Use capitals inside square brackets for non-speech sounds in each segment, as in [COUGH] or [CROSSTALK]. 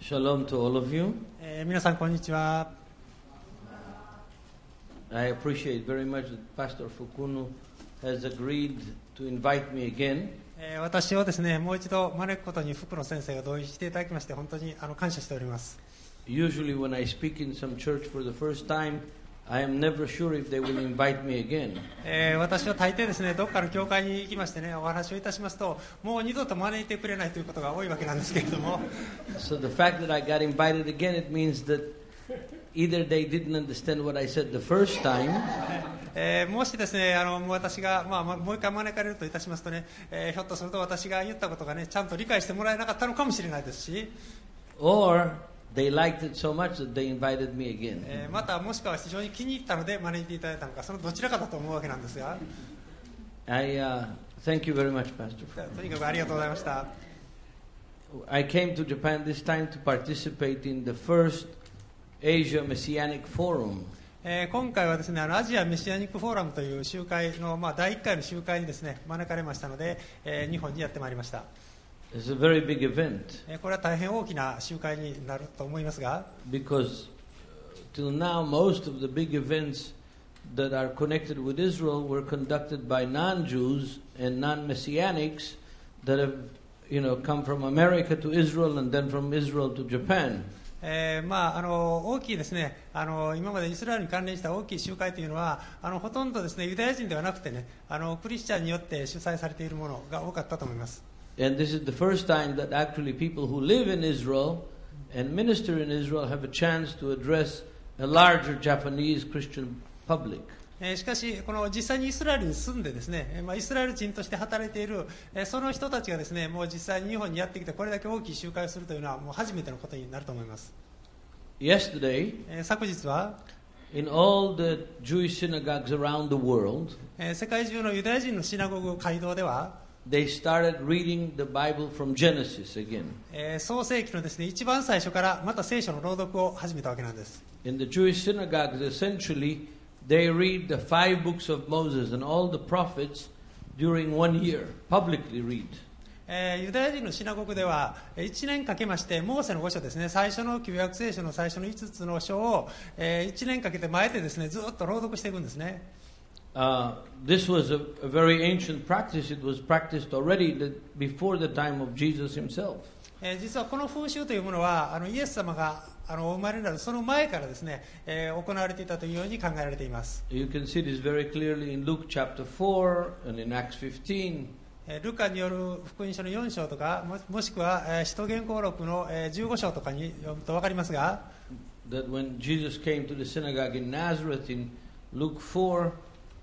Shalom to all of you. えー皆さんこんにちは、 I appreciate very much that Pastor Fukunu has agreed to invite me again. えー私をですねもう一度招くことに福野先生が同意していただきまして本当にあの感謝しております Usually, when I speak in some church for the first time, I am never sure if they will invite me again. えー私は大抵ですねどっかの教会に行きましてねお話をいたしますともう二度と招いてくれないということが多いわけなんですけれども、 [LAUGHS] So the fact that I got invited again, it means that either they didn't understand what I said the first time, えーもしですねあのもう私が、まあ、まもう一回招かれるといたしますとね、えーひょっとすると私が言ったことがねちゃんと理解してもらえなかったのかもしれないですし、 or they liked it so much that they invited me again. えーまたもしくは非常に気に入ったので招いていただいたのかそのどちらかだと思うわけなんですが I uh, thank you very much, Pastor. とにかくありがとうございました。 I came to Japan this time to participate in the first Asia Messianic Forum. えー今回はですねあのアジアメシアニックフォーラムという集会の、まあ、第1回の集会にですね招かれましたので、えー日本にやってまいりました、 It's a very big event えーこれは大変大きな集会になると思いますが、 because uh, till now most of the big events that are connected with Israel were conducted by non-Jews and non-Messianics that have you know come from America to Israel and then from Israel to Japan. えーまあ、あの大きいですねあの今までイスラエルに関連した大きい集会というのはあのほとんどですねユダヤ人ではなくてねあのクリスチャンによって主催されているものが多かったと思います And this is the first time that actually people who live in Israel and minister in Israel have a chance to address a larger Japanese Christian public. えーしかし、この実際にイスラエルに住んでですね、えーまあ、イスラエル人として働いている、えーその人たちがですねもう実際に日本にやってきてこれだけ大きい集会をするというのはもう初めてのことになると思います、 Yesterday, えー昨日は、 in all the Jewish synagogues around the world, えー世界中のユダヤ人のシナゴグ街道では、 they started reading the Bible from Genesis again. えー創世記のですね一番最初からまた聖書の朗読を始めたわけなんです、 In the Jewish synagogues, essentially, they read the five books of Moses and all the prophets during one year, publicly read. えーユダヤ人のシナゴグでは1年かけましてモーセの御書ですね最初の旧約聖書の最初の5つの書を、え1年かけて前でですねずっと朗読していくんですね Uh, this was a, a very ancient practice. It was practiced already the, before the time of Jesus himself. えー実はこの風習というものはあのイエス様があのお生まれになるその前からですね、えー行われていたというように考えられています、 You can see this very clearly in Luke chapter 4 and in Acts 15. えールカによる福音書の4章とかももしくは、えー使徒言行録の、えー15章とかに読むと分かりますが、 that when Jesus came to the synagogue in Nazareth in Luke 4,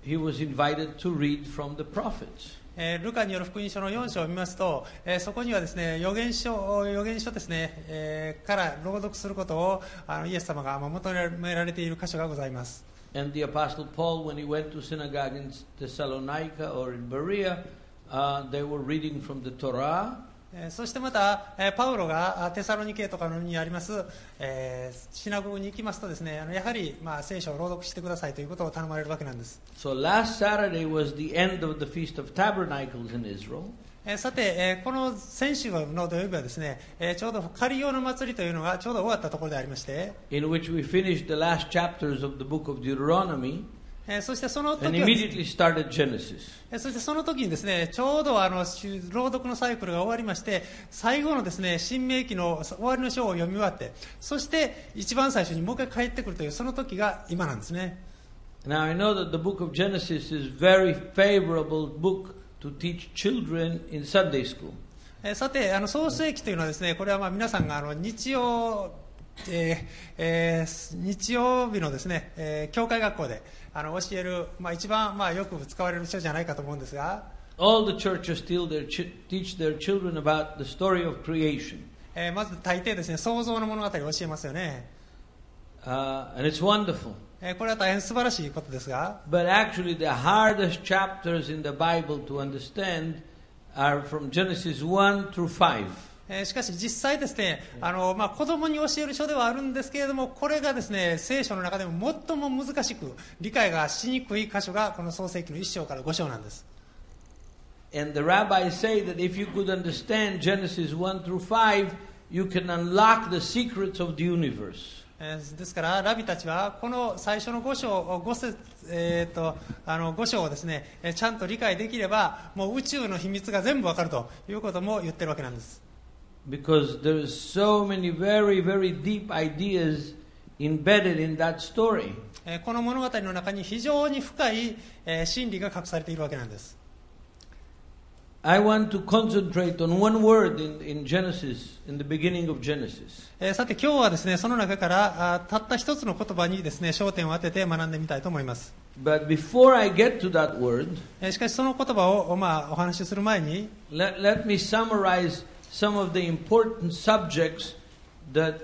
he was invited to read from the prophets. えールカによる福音書の4章を見ますと、えーそこにはですね預言書預言書ですね、えーから朗読することをあのイエス様がまあ求められている箇所がございます And the Apostle Paul, when he went to synagogue in Thessalonica or in Berea, uh, they were reading from the Torah. えーそしてまた、えーパウロがあテサロニケとかのにあります、えーシナゴグに行きますとですねあのやはり、まあ、聖書を朗読してくださいということを頼まれるわけなんです、 So last Saturday was the end of the Feast of Tabernacles in Israel. えーさて、えーこの先週の土曜日はですね、えーちょうど狩り用の祭りというのがちょうど終わったところでありまして、 in which we finished the last chapters of the book of Deuteronomy えーそしてその時 and はです immediately ね started Genesis. えーそしてその時にですねちょうどあのし朗読のサイクルが終わりまして最後のですね新明記の終わりの章を読み終わってそして一番最初にもう一回帰ってくるというその時が今なんですね Now I know that the book of Genesis is very favorable book to teach children in Sunday school. えーさてあの創世記というのはですねこれはまあ皆さんがあの日曜えーえー日曜日のですね、えー教会学校であの教える、まあ、一番、まあ、よく使われる書じゃないかと思うんですが、 All the churches still their chi- teach their children about the story of creation, えーまず大抵ですね創造の物語を教えますよね、 uh, and it's wonderful. えーこれは大変素晴らしいことですが、 But actually, the hardest chapters in the Bible to understand are from Genesis 1 through 5. えーしかし実際ですねあの、まあ、子供に教える書ではあるんですけれどもこれがですね聖書の中でも最も難しく理解がしにくい箇所がこの創世記の1章から5章なんです And the rabbis say that if you could understand Genesis 1 through 5, you can unlock the secrets of the universe. えーですから、ラビたちはこの最初の5章五節、えー、とあの5章をです、ね、えーちゃんと理解できればもう宇宙の秘密が全部わかるということも言ってるわけなんです、 Because there is so many very, very deep ideas embedded in that story. えーこの物語の中に非常に深い、えー真理が隠されているわけなんです I want to concentrate on one word in, in Genesis, in the beginning of Genesis. えーさて今日はですねその中からあーたった一つの言葉にですね焦点を当てて学んでみたいと思います、 But before I get to that word, えーしかしその言葉を、まあ、お話しする前に、 let, let me summarize some of the important subjects that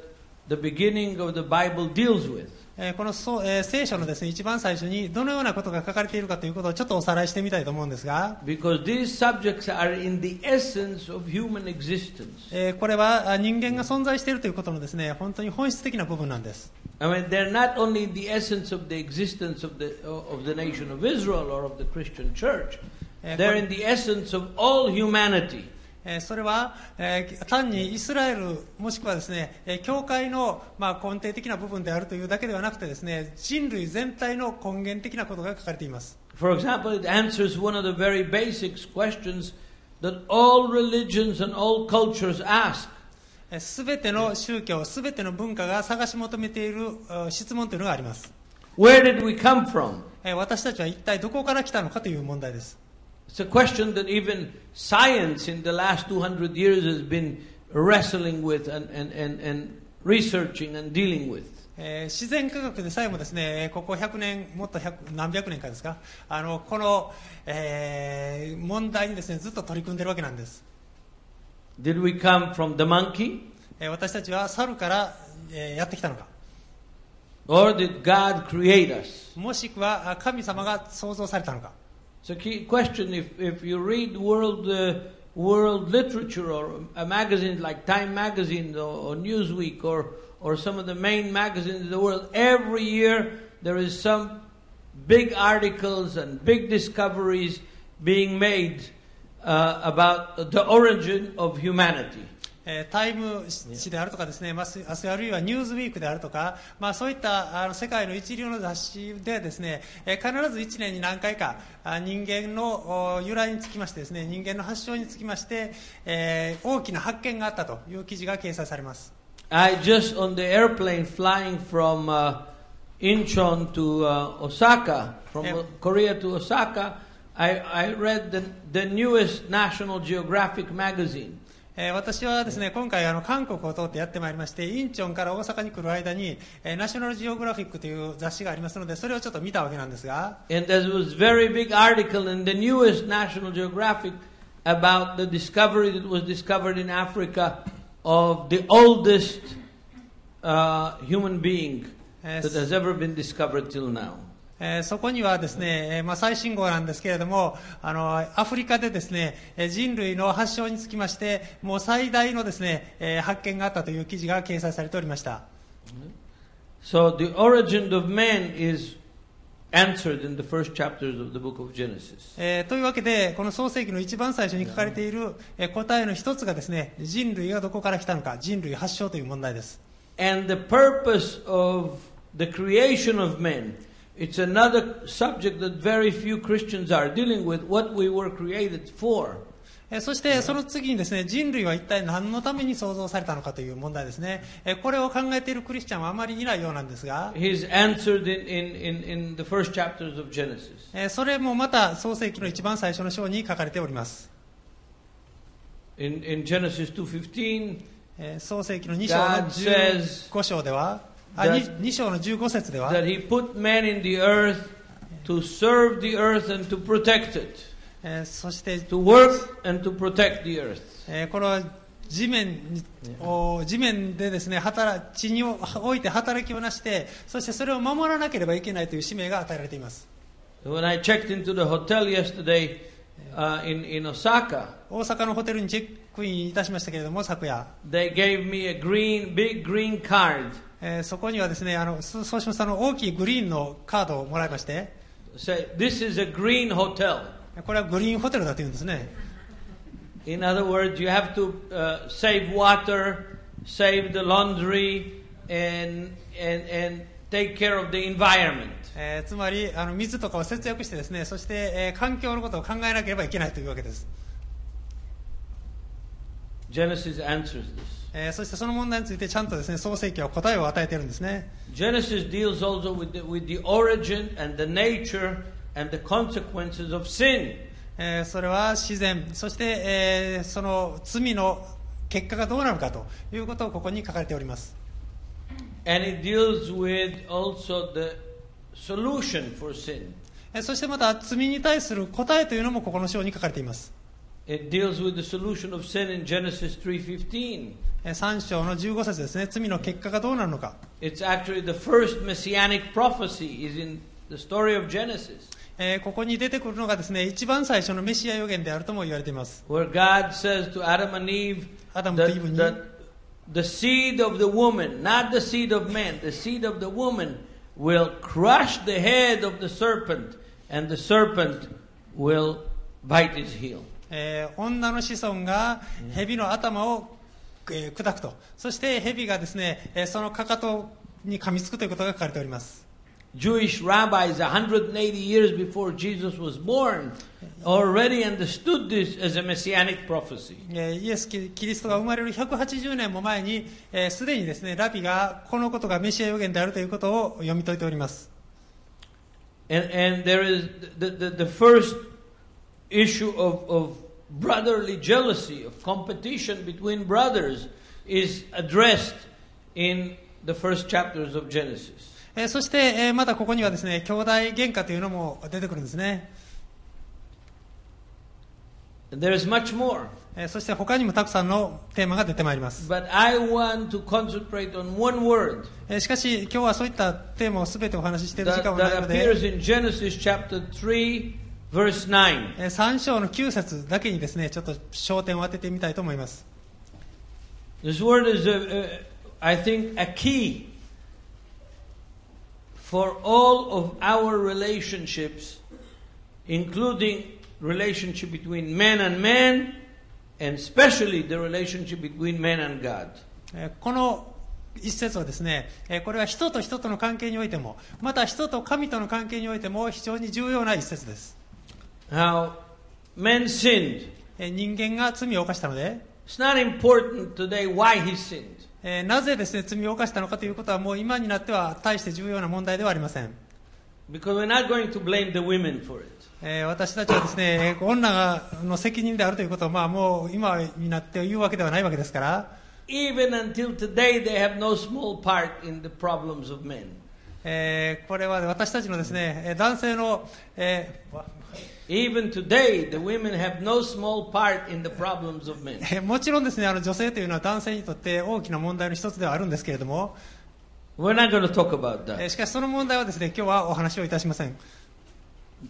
the beginning of the Bible deals with. えーこのそう、えー聖書のですね一番最初にどのようなことが書かれているかということをちょっとおさらいしてみたいと思うんですが、 Because these subjects are in the essence of human existence. えーこれはあ人間が存在しているということのですね本当に本質的な部分なんです、 I mean, they're not only in the essence of the existence of the, of the nation of Israel or of the Christian church, えー they're こ in the essence of all humanity. えーそれは、えー単にイスラエルもしくはですね、えー教会の、まあ、根底的な部分であるというだけではなくてですね人類全体の根源的なことが書かれています For example, it answers one of the very basic questions that all religions and all cultures ask. すべての宗教、すべての文化が探し求めているうん質問というのがあります。 Where did we come from? えー私たちは一体どこから来たのかという問題です。 It's a question that even science in the last 200 years has been wrestling with and, and, and, and researching and dealing with. えー自然科学でさえもですね、えーここ100年、もっと100何百年かですか、あのこの、えー問題にですねずっと取り組んでいるわけなんです。 Did we come from the monkey? えー私たちは猿から、えーやってきたのか、 Or did God create us? もしくはあ神様が創造されたのか。 It's a key question. If, if you read world, uh, world literature or a magazine like Time Magazine or, or Newsweek or, or some of the main magazines in the world, every year there is some big articles and big discoveries being made uh, about the origin of humanity. えータイム誌であるとかですね、まあ、すあすあるいはニューズウィークであるとか、まあ、そういったあの世界の一流の雑誌でですね、えー必ず1年に何回かあ人間のお由来につきましてですね人間の発祥につきまして、えー大きな発見があったという記事が掲載されます、 I just on the airplane flying from uh, Incheon to uh, Osaka, from Yeah. Korea to Osaka, I, I read the, the newest National Geographic magazine. えー私はですね今回あの韓国を通ってやってまいりましてインチョンから大阪に来る間に、えーナショナルジオグラフィックという雑誌がありますのでそれをちょっと見たわけなんですが And there was very big article in the newest National Geographic about the discovery that was discovered in Africa of the oldest uh, human being えー that has ever been discovered till now. えーそこにはですね、えーまあ、最新号なんですけれどもあのアフリカでですねえー人類の発祥につきましてもう最大のですね、えー発見があったという記事が掲載されておりました、 So the origin of man is answered in the first chapters of the book of Genesis. えーというわけでこの創世紀の一番最初に書かれている、えー答えの一つがですね人類がどこから来たのか人類発祥という問題です、 And the purpose of the creation of man, it's another subject that very few Christians are dealing with, what we were created for. えーそしてその次にですね人類は一体何のために創造されたのかという問題ですね、えーこれを考えているクリスチャンはあまりいないようなんですが He's answered in, in, in, in the first chapters of Genesis. えーそれもまた創世記の一番最初の章に書かれております、 In, in Genesis 2.15, えー創世記の2章の God says 15章ではあ that- 2, 2章の15節では、 that he put man in the earth to serve the earth and to protect it, えーそして、 to work and to protect the earth. えーこの地面にお地面でですね働地において働きをなしてそしてそれを守らなければいけないという使命が与えられています When I checked into the hotel yesterday uh, in, in Osaka, 大阪のホテルにチェックインいたしましたけれども昨夜、 they gave me a green, big green card. えーそこにはですねあのそ総称さんの大きいグリーンのカードをもらいまして Say, this is a green hotel. これはグリーンホテルだというんですね In other words, you have to uh, save water, save the laundry, and, and, and take care of the environment. えーつまりあの水とかを節約してですねそして、えー環境のことを考えなければいけないというわけです、 Genesis answers this. えーそしてその問題についてちゃんとですね創世記は答えを与えているんですね Genesis deals also with the, with the origin and the nature and the consequences of sin. えーそれは自然そして、えーその罪の結果がどうなるかということをここに書かれております And it deals with also the solution for sin. えーそしてまた罪に対する答えというのもここの章に書かれています、 It deals with the solution of sin in Genesis 3:15. え3章の15節ですね罪の結果がどうなるのか It's actually the first messianic prophecy is in the story of Genesis えーここに出てくるのがですね一番最初のメシア予言であるとも言われています where God says to Adam and Eve アダムとイブ that, に that the seed of the woman, not the seed of man, the seed of the woman will crush the head of the serpent and the serpent will bite his heel. えー女の子孫が蛇の頭を、えー砕くとそして蛇がですね、えーそのかかとに噛みつくということが書かれております Jewish rabbis 180 years before Jesus was born already understood this as a messianic prophecy. えーイエス・キリストが生まれる180年も前にえーすで、にですねラビがこのことがメシア予言であるということを読み解いております And, and there is the, the, the first issue of, of brotherly jealousy, of competition between brothers, is addressed in the first chapters of Genesis. えーそして、えーまたここにはですね兄弟喧嘩というのも出てくるんですね、 And there is much more, えーそして他にもたくさんのテーマが出てまいります、 but I want to concentrate on one word えーしかし今日はそういったテーマを全てお話ししている時 that, 間はないの that で appears in Genesis chapter 3, verse 9. えー3章の9節だけにですねちょっと焦点を当ててみたいと思います、 This word is, a, a, I think, a key for all of our relationships, including relationship between man and man, and especially the relationship between man and God. えーこの一節はですねえーこれは人と人との関係においてもまた人と神との関係においても非常に重要な一節です、 How man sinned. えー人間が罪を犯したので It's not important today why he sinned. えーなぜですね罪を犯したのかということはもう今になっては大して重要な問題ではありません Because we're not going to blame the women for it. えー私たちはですね、えー女がの責任であるということを、まあ、もう今になって言うわけではないわけですから、 Even until today, they have no small part in the problems of men. えーこれは私たちのですね、えー男性の、えーわ Even today, the women have no small part in the problems of men. えー [LAUGHS] もちろんですね、あの女性というのは男性にとって大きな問題の一つではあるんですけれども、 We're not going to talk about えー that. しかしその問題はですね、今日はお話をいたしません。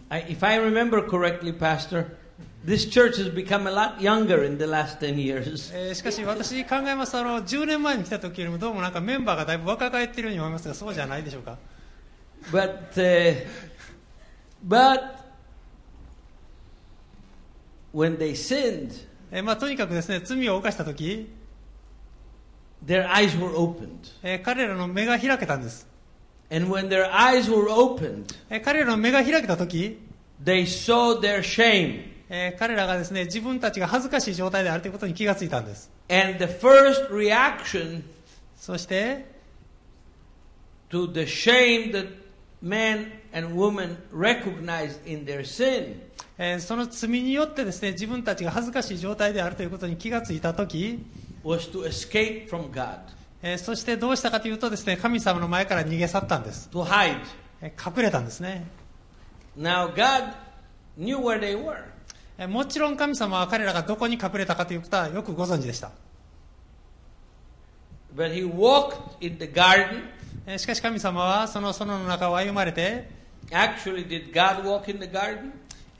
I, if I remember correctly, Pastor, this church has become a lot younger in the last 10 years. [LAUGHS] えーしかし私考えますとあの10年前に来た時よりもどうもなんかメンバーがだいぶ若返っているように思いますがそうじゃないでしょうか But, uh, but when they sinned, えーまあとにかくですね罪を犯した時、 their eyes were opened. えー彼らの目が開けたんです And when their eyes were opened, えー彼らの目が開けた時、 they saw their shame. えー彼らがですね自分たちが恥ずかしい状態であるということに気がついたんです And the first reaction そして、 to the shame that men and women recognized in their sin えーその罪によってですね自分たちが恥ずかしい状態であるということに気がついた時、 was to escape from God, えーそしてどうしたかというとですね神様の前から逃げ去ったんです、 to hide. えー隠れたんですね、 Now, God knew where they were, えーもちろん神様は彼らがどこに隠れたかということはよくご存知でした、 but He walked in the garden. えーしかし神様はその園の中を歩まれて、 Actually, did God walk in the garden?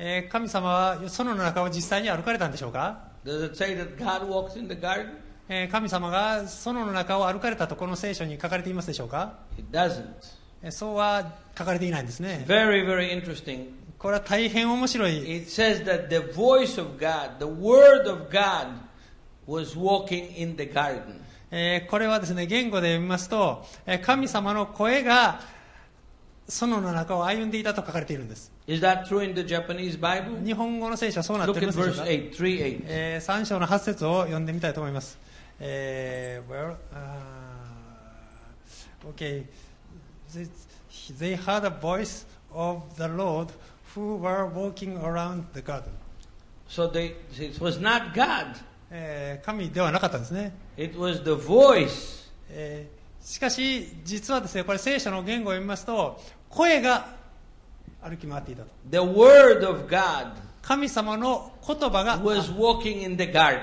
えー神様は園の中を実際に歩かれたんでしょうか Does it say that God walked in the garden? えー神様が園の中を歩かれたとこの聖書に書かれていますでしょうか、 It doesn't. えーそうは書かれていないんですね Very, very interesting. これは大変面白い、 It says that the voice of God, the Word of God, was walking in the garden. えーこれはですね、言語で読みますと、えー神様の声が園の中を歩んでいたと書かれているんです。 Is that true in the Japanese Bible? 日本語の聖書はそうなってお Look り at ますでしょう verse か。 8, 3 8. え3章の8節を読んでみたいと思います。えー well, uh, okay. They- They heard a voice of the Lord who were walking around the garden. So they, it was not God, えー神ではなかったんですね。 it was the voice. えーしかし、実はですね、これ聖書の言語を読みますと、声が歩き回っていたと。 The Word of God 神様の言葉が、 was walking in the garden.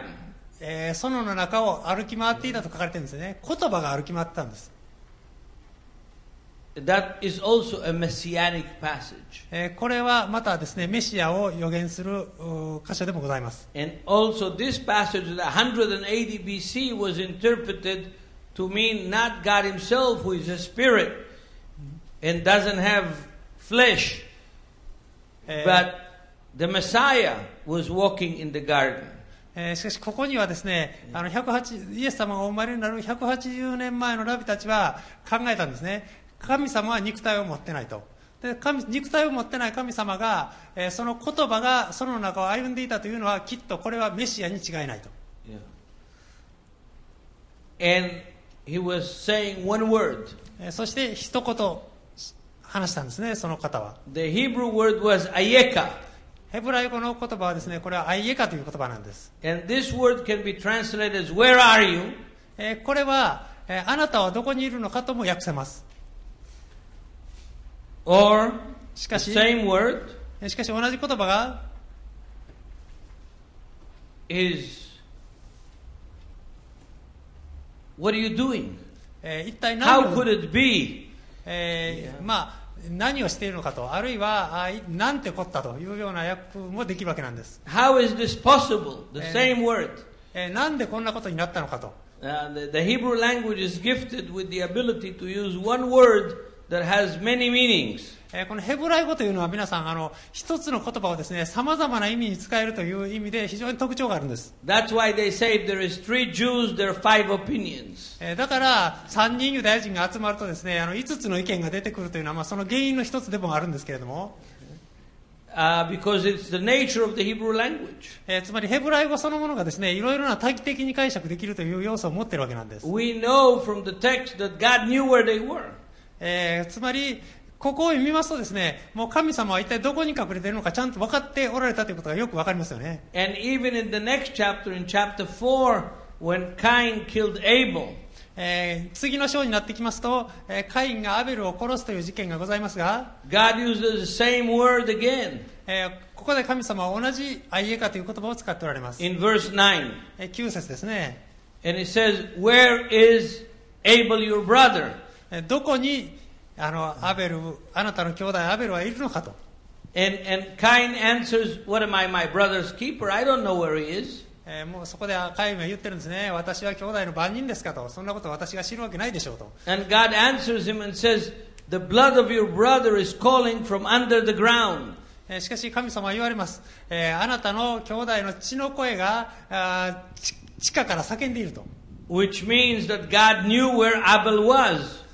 えー園の中を歩き回っていたと書かれてるんですよね。言葉が歩き回ってたんです。 That is also a messianic passage. えーこれはまたですね、メシアを予言するうー箇所でもございます。 And also, this passage at 180 BC was interpreted to mean not God Himself, who is a spirit and doesn't have flesh, えー but the Messiah was walking in the garden. えーしかし、ここにはですね、あの108イエス様がお生まれになる180年前のラビたちは考えたんですね。神様は肉体を持ってないと。で神肉体を持ってない神様が、えーその言葉がその中を歩んでいたというのは、きっとこれはメシアに違いないと。 Yeah. And He was saying one word. えーそして、一言話したんですね、その方は。 The Hebrew word was ayeka. ヘブライ語の言葉はですね、これはアイエカという言葉なんです。 And this word can be translated as where are you? えーこれは、えーあなたはどこにいるのかとも訳せます。 Or し the かし、 same word えーしかし同じ言葉が、 is what are you doing? えー一体何 How を could、it be? えーまあ、何をしているのかと、あるいは、あいなんてこったというような訳もできるわけなんです。 How is this possible? The And- same word. えーなんでこんなことになったのかと。 Uh, the, the Hebrew language is gifted with the ability to use one word that has many meanings. えーこのヘブライ語というのは皆さん、あの、一つの言葉をですね、様々な意味に使えるという意味で非常に特徴があるんです。 That's why they say if there is three Jews, there are five opinions. えーだから、三人ユダヤ人が集まるとですね、あの、五つの意見が出てくるというのは、まあ、その原因の一つでもあるんですけれども、 Uh, because it's the nature of the Hebrew language. えーつまりヘブライ語そのものがですね、いろいろな多義的に解釈できるという要素を持っているわけなんです。 We know from the text that God knew where they were. えーつまり、ここを読みますとですね、もう神様は一体どこに隠れているのかちゃんと分かっておられたということがよく分かりますよね。 And even in the next chapter, in chapter 4, when Cain killed Abel, えー次の章になってきますと、えーカインがアベルを殺すという事件がございますが、 God uses the same word again えーここで神様は同じアイエカという言葉を使っておられます。 in verse 9. えー9節ですね。 And it says, Where is Abel your brother? えーどこに、あの、アベル、あなたの兄弟アベルはいるのかと。 And, and Cain answers, What am I, my brother's keeper? I don't know where he is. えーもうそこでカインは言ってるんですね、私は兄弟の番人ですかと、そんなこと私が知るわけないでしょうと、 And God answers him and says, The blood of your brother is calling from under the ground. えーしかし神様は言われます、えーあなたの兄弟の血の声があーち地下から叫んでいると、 Which means that God knew where Abel was.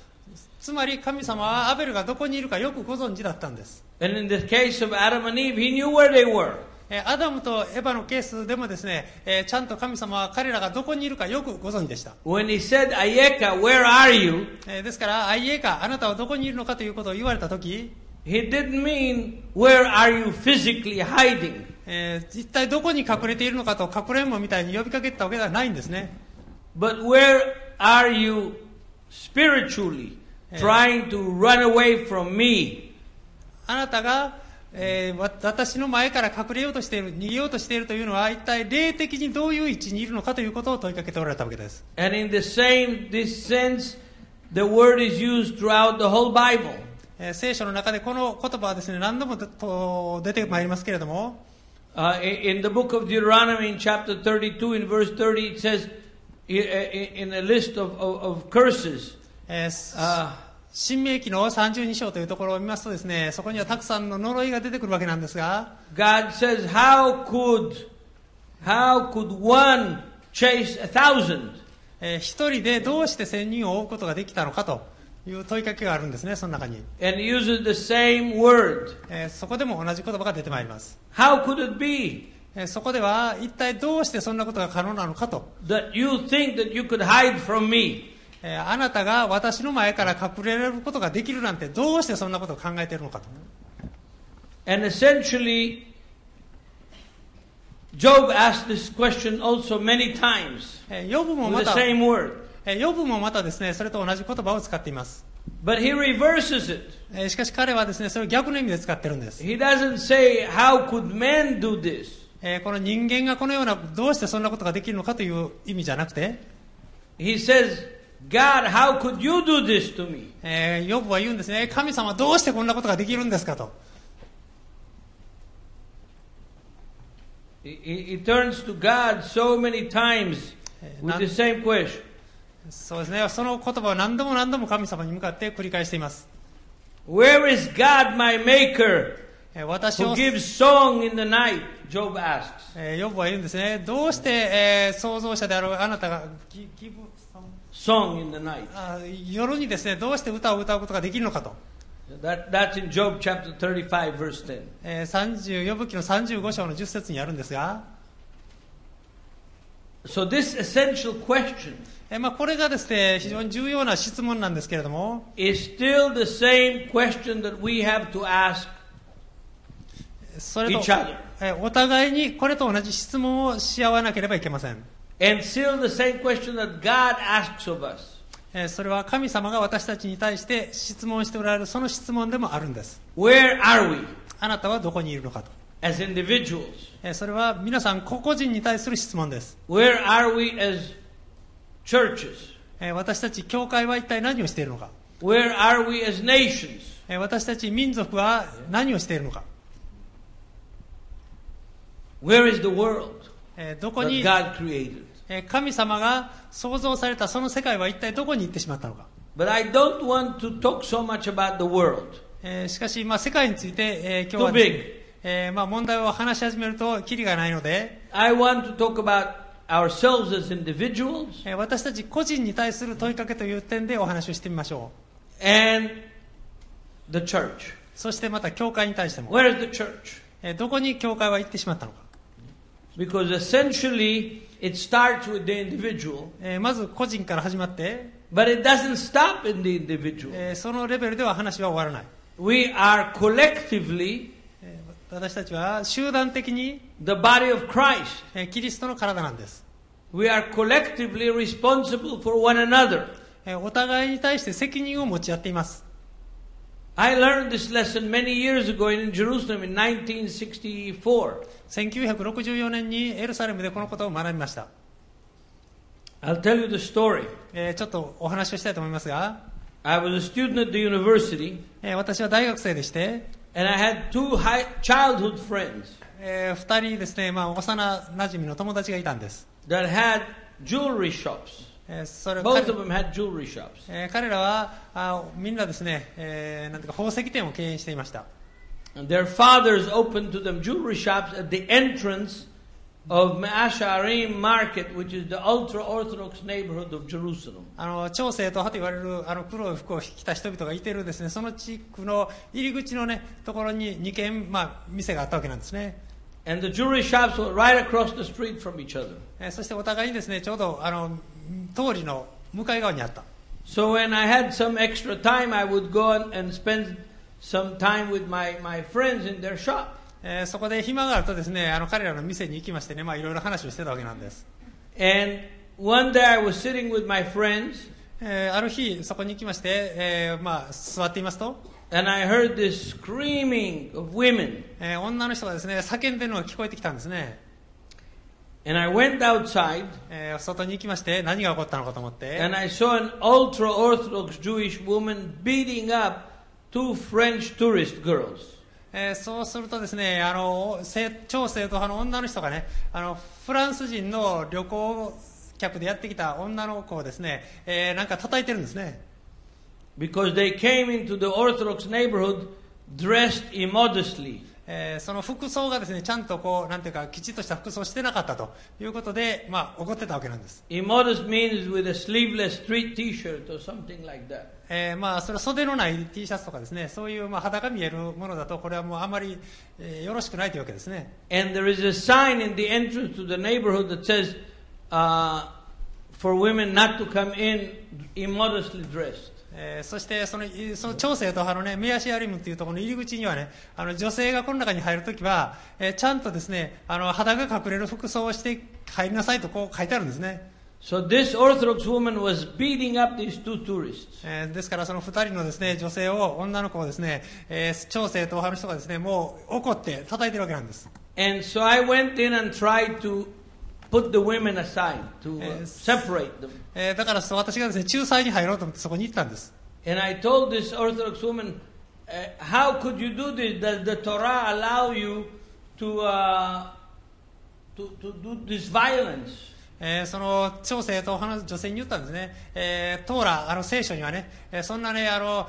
つまり神様はアベルがどこにいるかよくご存知だったんです、 And in the case of Adam and Eve, he knew where they were. えーアダムとエヴァのケースでもですね、えーちゃんと神様は彼らがどこにいるかよくご存知でした、 When he said, Ayeka, where are you? えーですから、あいえか、あなたはどこにいるのかということを言われたとき、 He didn't mean, where are you physically hiding? えー一体どこに隠れているのかと、かくれんぼみたいに呼びかけてたわけではないんですね。 But where are you spiritually Yeah. trying to run away from me? あなたが、えーわ私の前から隠れようとしている、逃げようとしているというのは、一体霊的にどういう位置にいるのかということを問いかけておられたわけです。 And in the same this sense, the word is used throughout the whole Bible. えー聖書の中でこの言葉はですね、何度もとと出てまいりますけれども、 Uh, i- in the book of Deuteronomy, in chapter 32, in verse 30, it says, i- i- in a list of, of, of curses, えーす uh, 新明記の32章というところを見ますとですね、そこにはたくさんの呪いが出てくるわけなんですが、 God says, "How could, how could one chase a thousand? えー一人でどうして千人を追うことができたのかという問いかけがあるんですね、その中に。 and uses the same word. えーそこでも同じ言葉が出てまいります。 How could it be えーそこでは、一体どうしてそんなことが可能なのかと。 that you think that you could hide from me? えーあなたが私の前から隠れることができるなんてどうしてそんなことを考えているのかと。 And essentially, Job asked this question also many times えーヨブも with ま the た、 same word. えーヨブもまたですね、それと同じ言葉を使っています。 But he reverses it. えーしかし彼はですね、それを逆の意味で使ってるんです。 He doesn't say, How could man do this? えーこの人間がこのような、どうしてそんなことができるのかという意味じゃなくて、 He says, God, how could you do this to me? えーヨブは言うんですね、神様どうしてこんなことができるんですかと。 He, he- he turns to God so many times え with ーな the ん same question. そうですね、その言葉を何度も何度も神様に向かって繰り返しています。 Where is God, my maker, えー私 who、を gives song in the night? Job asks. えーヨブは言うんですね、どうして、えー創造者であるあなたが、ギギブソン Song in the night. あ夜にですね、どうして歌を歌うことができるのかと。 That, that's in Job chapter 35, verse 10. えー、30ヨブ記の35章の10節にあるんですが、 So, this essential question えーまあ、これがですね、非常に重要な質問なんですけれども、 is still the same question that we have to ask それと Each other.、えーお互いにこれと同じ質問をし合わなければいけません。 and still the same question that God asks of us. えーそれは神様が私たちに対して質問しておられるその質問でもあるんです。 Where are we あなたはどこにいるのかと。 as individuals? えーそれは皆さん個々人に対する質問です。 Where are we as churches? えー私たち教会は一体何をしているのか。 Where are we as nations? えー私たち民族は何をしているのか。 Where is the world えーどこ that に、 God created? えー神様が創造されたその世界は一体どこに行ってしまったのか。 But I don't want to talk so much about the world. えーしかし、まあ、世界について、えー今日は Too です big. ね、えーまあ、問題を話し始めるとキリがないので、 I want to talk about ourselves as individuals えー私たち個人に対する問いかけという点でお話をしてみましょう。 and the church. そしてまた教会に対しても、 Where is the church? えーどこに教会は行ってしまったのか、 Because essentially it starts with the individual, えーまず個人から始まって、 but it doesn't stop in the individual. えーそのレベルでは話は終わらない、 We are collectively えー私たちは集団的に、 the body of Christ. えーキリストの体なんです、 We are collectively responsible for one another. えーお互いに対して責任を持ち合っています、 I learned this lesson many years ago in Jerusalem in 1964. 1964年にエルサレムでこのことを学びました、 I'll tell you the story. えーちょっとお話をしたいと思いますが、 I was a student at the university えー私は大学生でして、 and I had two high childhood friends え2人ですね、まあ、幼なじみの友達がいたんです、 that had jewelry shops. えーそれ Both of them had jewelry shops. えー彼らはあみんなですね、えーなんていうか宝石店を経営していました、 And their fathers opened to them jewelry shops at the entrance of Me'asharim market, which is the ultra-Orthodox neighborhood of Jerusalem. あの長生と派と言われるあの黒い服を着た人々がいてるですねその地区の入り口の、ね、ところに2軒、まあ、店があったわけなんですね、 And the jewelry shops were right across the street from each other. えーそしてお互いにですねちょうどあの通りの向かい側にあった、 So when I had some extra time, I would go and- and spend some time with my, my friends in their shop. えーそこで暇があるとですねあの彼らの店に行きましてね、まあ、いろいろ話をしてたわけなんです、 And one day I was sitting with my friends, えーある日そこに行きまして、えーまあ、座っていますと、 and I heard this screaming of women. えー女の人がですね叫んでるのが聞こえてきたんですね And I went outside, えー外に行きまして何が起こったのかと思って、 and I saw an ultra Orthodox Jewish woman beating up two French tourist girls. えーそうするとですねあのせ超正統派の女の人がねあのフランス人の旅行客でやってきた女の子をですね、えーなんか叩いてるんですね、 Because they came into the Orthodox neighborhood dressed immodestly. えーその服装がですねちゃんとこうなんていうかきちっとした服装をしてなかったということで、まあ、怒ってたわけなんです、 Immodest means with a sleeveless street T-shirt or something like that. えーまあ、それは袖のない T シャツとかですねそういう、まあ、肌が見えるものだとこれはもうあまり、えーよろしくないというわけですね、 And there is a sign in the entrance to the neighborhood that says, uh, "For women not to come in immodestly dressed." えーそしてそのいその調整とあの、ね、メアシアリムというところの入り口には、ね、あの女性がこの中に入るときは、えーちゃんとですねあの肌が隠れる服装をして入りなさいとこう書いてあるんですね。 So this Orthodox woman was beating up these two tourists. えーですから、その2人のです、ね、女性を、女の子をですね、えー、調整党派の人がですね、もう怒って叩いてるわけなんです。 And so I went in and tried to put the women aside to uh, Yes. separate them. えーだからそう私がですね、仲裁に入ろうと思ってそこに行ったんです。 And I told this Orthodox woman, uh, "How could you do this? Does the Torah allow you to uh, to to do this violence?" えーその調整党派の女性に言ったんですね、えートーラ、あの聖書にはね、えーそんなね、あの、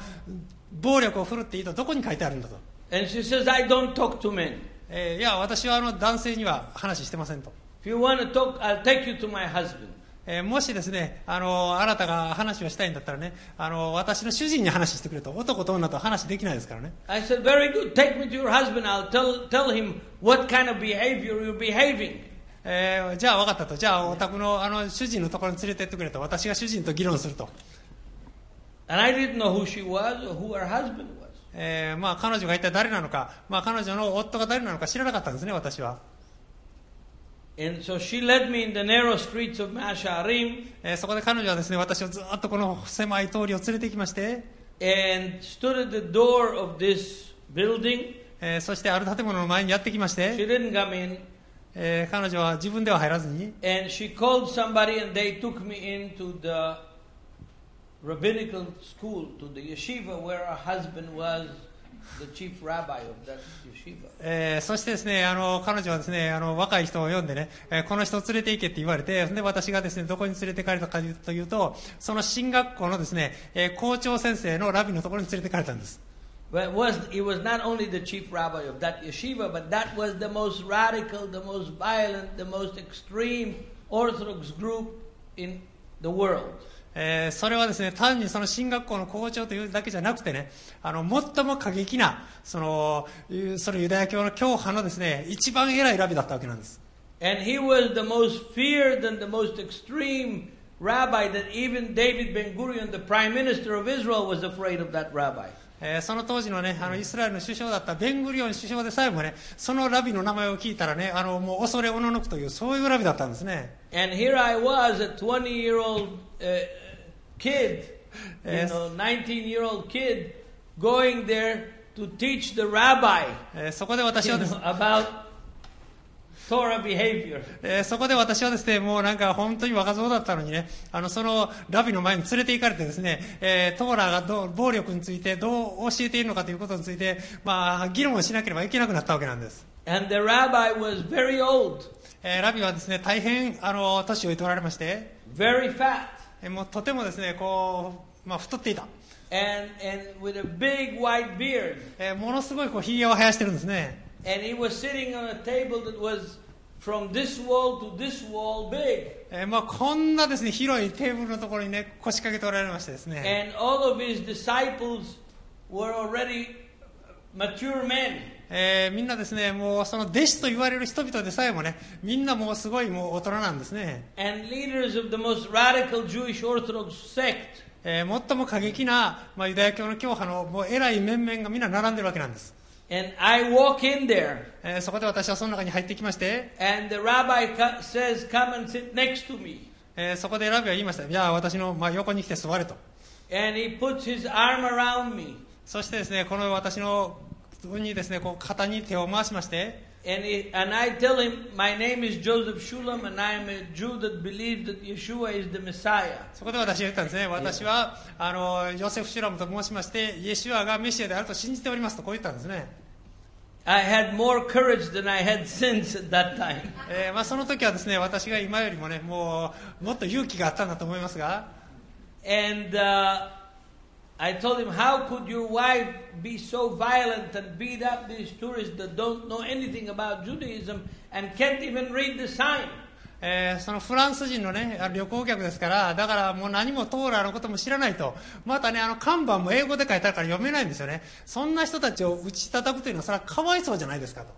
暴力を振るっていいとどこに書いてあるんだと。 And she says, "I don't talk to men. えーいや、私はあの男性には話してませんと。 If you want to talk, I'll take you to my husband." えーもしですね、あの、あなたが話をしたいんだったらね、あの、私の主人に話してくれと。男と女と話できないですからね。 I said, "Very good. Take me to your husband. I'll tell tell him what kind of behavior you're behaving." えーじゃあ分かったと、じゃあお宅のあの主人のところに連れてってくれと、私が主人と議論すると、 And I didn't know who she was or who her husband was. えーまあ、彼女が一体誰なのか、まあ、彼女の夫が誰なのか知らなかったんですね、私は。 And so she led me in the narrow streets of Masharim えーそこで彼女はですね私をずっとこの狭い通りを連れてきまして、 and stood at the door of this building. えーそしてある建物の前にやってきまし She て、 didn't come in. えー彼女は自分では入らずに、 And she called somebody and they took me into the rabbinical school, to the yeshiva where her husband was the chief rabbi of that yeshiva. えーそしてですねあの彼女はですねあの若い人を呼んでね、えーこの人を連れて行けって言われてで私がですねどこに連れてかれたかというとその進学校のですね、えー校長先生のラビのところに連れてかれたんです。 Well, it was, it was not only the chief rabbi of that yeshiva, but that was the most radical, the most violent, the most extreme Orthodox group in the world. えーそれはですね単にその進学校の校長というだけじゃなくてねあの最も過激なそのいうそのユダヤ教の教派のですね一番偉いラビだったわけなんです、 And he was the most feared and the most extreme rabbi that even David Ben Gurion, the prime minister of Israel, was afraid of that rabbi. えーその当時のねあのイスラエルの首相だったベングリオン首相でさえもねそのラビの名前を聞いたらねあのもう恐れおののくというそういうラビだったんですね、 And here I was, a 20 year old uh, kid, you Yes. know, 19 year old kid, going there to teach the rabbi えーそこで私 you はです know, about Torah behavior. えーそこで私はですね、もうなんか本当に若造だったのにね、あの、そのラビの前に連れて行かれてですね、えートーラーがどう、暴力についてどう教えているのかということについて、まあ、議論をしなければいけなくなったわけなんです。 And the rabbi was very old, えーラビはですね、大変、あの、年を取られまして、 very fat, えーもうとてもですね、こう、まあ、太っていた。 and, and with a big white beard. えーものすごい、こう、ひげを生やしてるんですね。 And he was sitting on a table that was from this wall to this wall big. えーまあ、こんなですね、広いテーブルのところにね、腰掛けておられましてですね。 And all of his disciples were already mature men. えーみんなですね、もうその弟子と言われる人々でさえもね、みんなもうすごいもう大人なんですね。 And leaders of the most radical Jewish Orthodox sect. えー最も過激な、まあ、ユダヤ教の教派のもう偉い面々がみんな並んでるわけなんです。 And I walk in there, えーそこで私はその中に入ってきまして、 and the rabbi co- says, Come and sit next to me. えーそこでラビは言いました。じゃあ私の、まあ、横に来て座れと。 And he puts his arm around me, そしてですね、この私のにですね、こう肩に手を回しまして、 and, he, and I tell him, My name is Joseph Shulam, and I am a Jew that believes that Yeshua is the Messiah. そこで私は言ったんですね、私はあのヨセフ・シュラムと申しまして、イエシュアがメシアであると信じておりますとこう言ったんですね。 I had more courage than I had [LAUGHS] since at that time. えーまあ、その時はですね私が今よりもねもうもっと勇気があったんだと思いますが、 And uh, I told him, How could your wife be so violent and beat up these tourists that don't know anything about Judaism and can't even read the sign? えーそのフランス人の、ね、あの旅行客ですから、だからもう何もトーラーのことも知らないと、またね、あの看板も英語で書いてあるから読めないんですよね、そんな人たちを打ち叩くというのは、それはかわいそうじゃないですかと、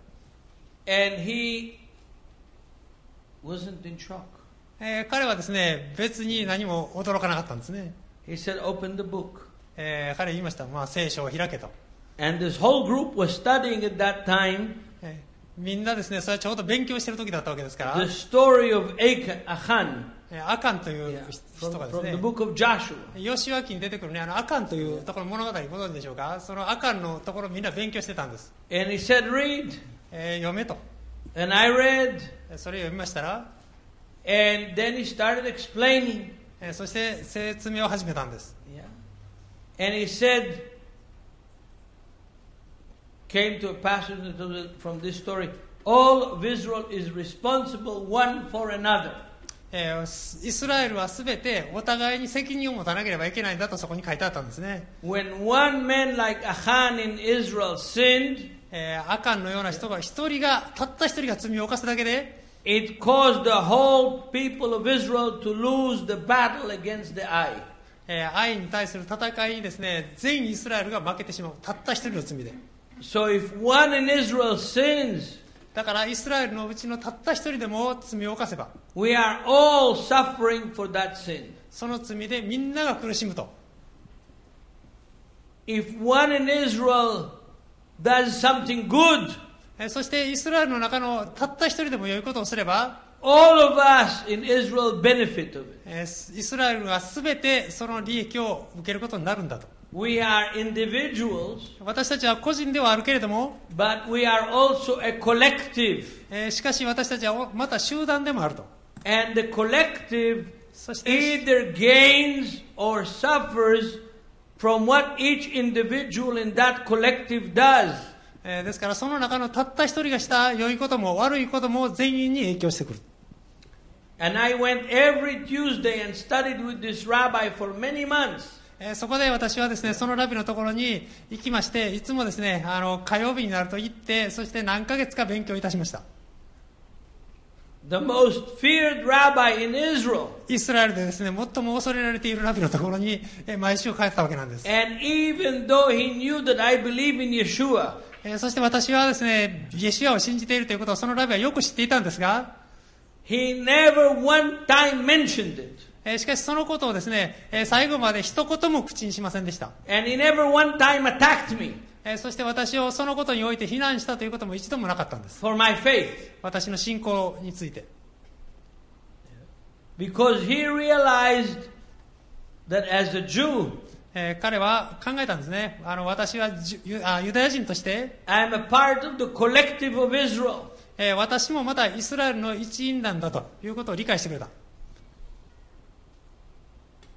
And he wasn't in shock. えー彼はですね別に何も驚かなかったんですね、 He said, Open the book. えー彼は言いました、まあ、聖書を開けと、 And this whole group was studying at that time えーみんなですね、それはちょうど勉強してる時だったわけですから、 the story of Achan, Achan えーアカンという yeah, 人 from, がです from ね the、book of Joshua. ヨシュア記に出てくるね、あのアカンというところの物語ご存知でしょうか、そのアカンのところみんな勉強してたんです、 And he said, Read. えー読めと、 And I read. えーそれを読みましたら、 And then he started explaining. えーそして説明を始めたんです、 Yeah. And he said, came to a passage into the- from this story all of Israel is responsible one for another. えーすイスラエルはすべてお互いに責任を持たなければいけないんだとそこに書いてあったんですね、 When one man like Achan in Israel sinned, えーアカンのような人が一人がたった一人が罪を犯すだけで、 it caused the whole people of Israel to lose the battle against the eye. えー愛に対する戦いにですね全イスラエルが負けてしまうたった一人の罪で So if one in Israel sins, だからイスラエルのうちのたった一人でも罪を犯せば we are all suffering for that sin. その罪でみんなが苦しむと If one in Israel does something good, えーそしてイスラエルの中のたった一人でも良いことをすれば all of us in Israel benefit of it. えーイスラエルは全てその利益を受けることになるんだと We are individuals, 私たちは個人ではあるけれども、 but we are also a collective. えーしかし私たちはおまた集団でもあると And the collective そして、 either gains or suffers from what each individual in that collective does. えーですからその中のたった一人がした良いことも悪いことも全員に影響してくる And I went every Tuesday and studied with this rabbi for many months. えーそこで私はですねそのラビのところに行きましていつもですねあの火曜日になると行ってそして何ヶ月か勉強いたしました The most feared rabbi in Israel. イスラエルでですね最も恐れられているラビのところに、えー毎週帰ってたわけなんです、 And even though he knew that I believe in Yeshua, えーそして私はですねイエシュアを信じているということをそのラビはよく知っていたんですが he never one time mentioned it. えーしかしそのことをですね、えー最後まで一言も口にしませんでした、 And he never one time attacked me えーそして私をそのことにおいて非難したということも一度もなかったんです for my faith. 私の信仰について Because he realized that as a Jew, えー彼は考えたんですねあの私はジュユあユダヤ人として、 I am a part of the collective of Israel. えー私もまたイスラエルの一員なんだということを理解してくれた、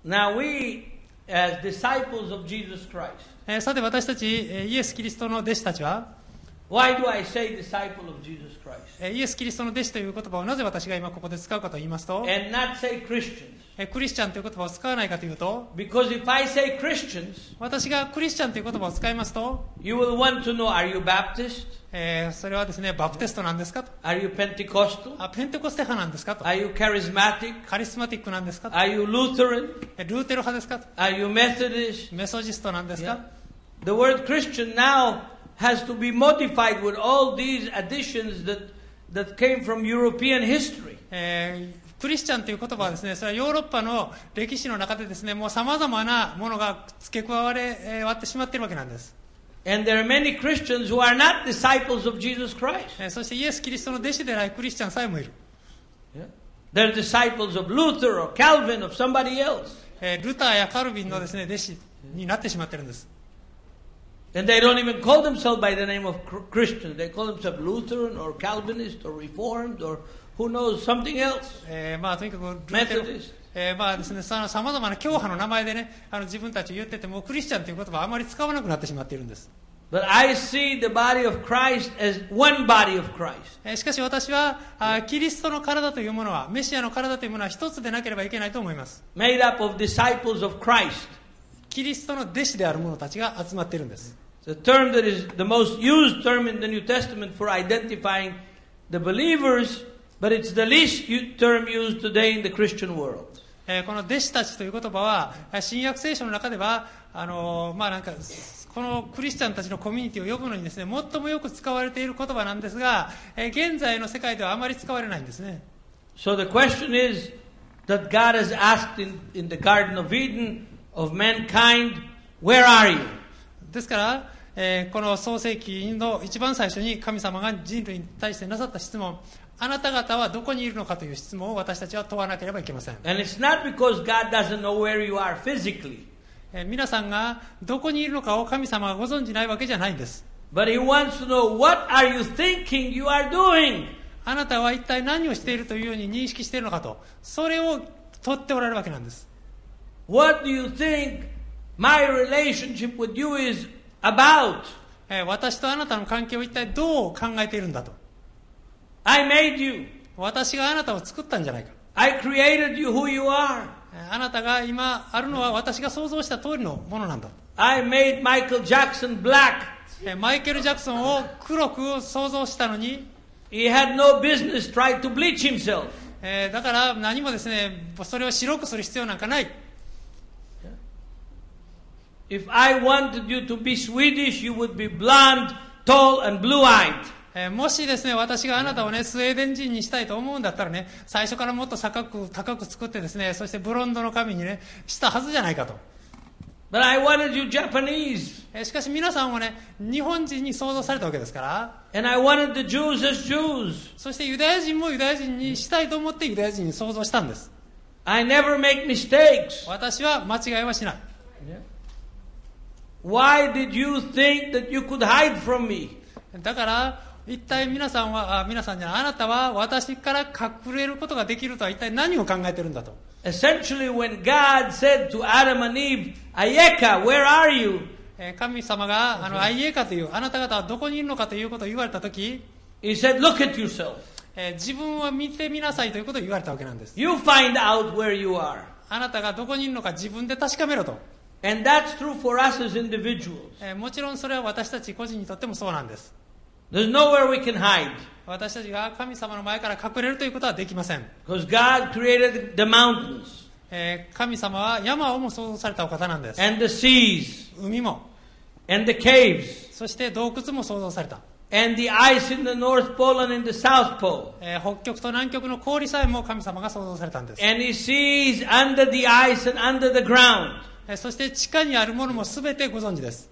Now we, as disciples of Jesus Christ, えーさて私たち、えーイエス・キリストの弟子たちは、 why do I say disciple of Jesus Christ えーイエス・キリストの弟子という言葉をなぜ私が今ここで使うかと言いますと、 and not say Christians? えークリスチャンという言葉を使わないかというと Because if I say Christians, 私がクリスチャンという言葉を使いますと you will want to know are you Baptist? えーそれはですねバプテストなんですかと Are you Pentecostal? あペンテコステ派なんですかと Are you charismatic? カリスマティックなんですかと Are you Lutheran? えルーテル派ですかと Are you Methodist? メソジストなんですか、 The word Christian now has to be modified with all these additions that, that came from European history. えークリスチャンという言葉はですねそれはヨーロッパの歴史の中でですねもうさまざまなものが付け加われ、えーわってしまっているわけなんです、 And there are many Christians who are not disciples of Jesus Christ. えーそしてイエス・キリストの弟子でないクリスチャンさえもいる、 Yeah. They're disciples of Luther or Calvin or somebody else. えールターやカルビンのですね弟子になってしまってるんです And they don't even call themselves by the name of cr- Christian. They call themselves Lutheran or Calvinist or Reformed or who knows, something else. えーまあとにかくルーテル Methodist えーまあですね、さまざまな教派の名前でねあの自分たちを言っててもクリスチャンという言葉はあまり使わなくなってしまっているんです、 But I see the body of Christ as one body of Christ. えーしかし私はあキリストの体というものはメシアの体というものは一つでなければいけないと思います made up of disciples of Christ. キリストの弟子である者たちが集まっているんです。 It's a term that is the most used term in the New Testament for identifying the believers, but it's the least u- term used today in the Christian world. えーこの弟子たちという言葉は、えー新約聖書の中では、あのーまあなんか、このクリスチャンたちのコミュニティを呼ぶのにですね、最もよく使われている言葉なんですが、えー現在の世界ではあまり使われないんですね。 So the question is that God has asked in, in the Garden of Eden of mankind, Where are you? ですから、えーこの創世記の一番最初に神様が人類に対してなさった質問、あなた方はどこにいるのかという質問を私たちは問わなければいけません。 And it's not because God doesn't know where you are physically, えー皆さんがどこにいるのかを神様はご存じないわけじゃないんです。 but He wants to know what are you thinking you are doing? あなたは一体何をしているというように認識しているのかと、それを取っておられるわけなんです。 What do you think my relationship with you is about? えー私とあなたの関係を一体どう考えているんだと。 I made you. 私があなたを作ったんじゃないか。 I created you who you are. えーあなたが今あるのは私が想像した通りのものなんだ。 I made Michael Jackson black. えーマイケル・ジャクソンを黒く想像したのに、 He had no business trying to bleach himself. えーだから何もですね、それを白くする必要なんかない。 If I wanted you to be Swedish, you would be blonde, tall, and blue eyed. えーもしですね、私があなたをね、スウェーデン人にしたいと思うんだったらね、最初からもっと高く、高く作ってですね、そしてブロンドの髪にね、したはずじゃないかと。 But I wanted you Japanese. えーしかし皆さんはね、日本人に想像されたわけですから、 And I wanted the Jews as Jews. そしてユダヤ人もユダヤ人にしたいと思ってユダヤ人に想像したんです。 I never make mistakes. 私は間違いはしない。 Why did you think that you could hide from me? だから、一体皆さんは、あ皆さんじゃない、あなたは私から隠れることができるとは一体何を考えてるんだと。 Essentially, when God said to Adam and Eve, Ayeka, where are you? えー神様が、あの、アイエカという、あなた方はどこにいるのかということを言われたとき、 He said, Look at yourself. えー自分を見てみなさいということを言われたわけなんです。 You find out where you are. あなたがどこにいるのか自分で確かめろと。 And that's true for us as individuals. えーもちろんそれは私たち個人にとってもそうなんです。 There's nowhere we can hide 私たちが神様の前から隠れるということはできません。 because God created the mountains えー神様は山をも創造されたお方なんです。 and the seas 海も、 and the caves そして洞窟も創造された。 and the ice in the North Pole and in the South Pole. えー北極と南極の氷さえも神様が創造されたんです。 And He sees under the ice and under the ground. えーそして地下にあるものも全てご存知です。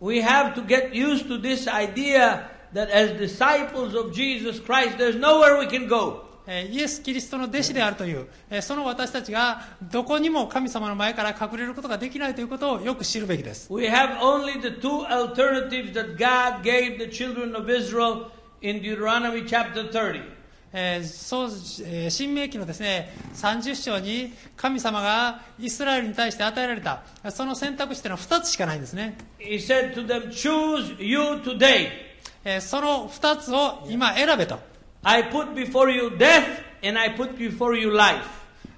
We have to get used to this idea that as disciples of Jesus Christ, there's nowhere we can go. えーイエス・キリストの弟子であるという、えーその私たちがどこにも神様の前から隠れることができないということをよく知るべきです。 We have only the two alternatives that God gave the children of Israel in Deuteronomy chapter 30. えーそうえー新明記のですね30章に神様がイスラエルに対して与えられたその選択肢というのは2つしかないんですね、 He said to them, Choose you today. えーその2つを今選べと、 I put before you death and I put before you life.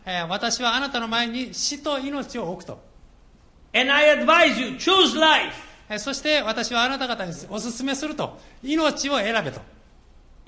えー私はあなたの前に死と命を置くと、 And I advise you, choose life. えーそして私はあなた方にお勧めすると命を選べと、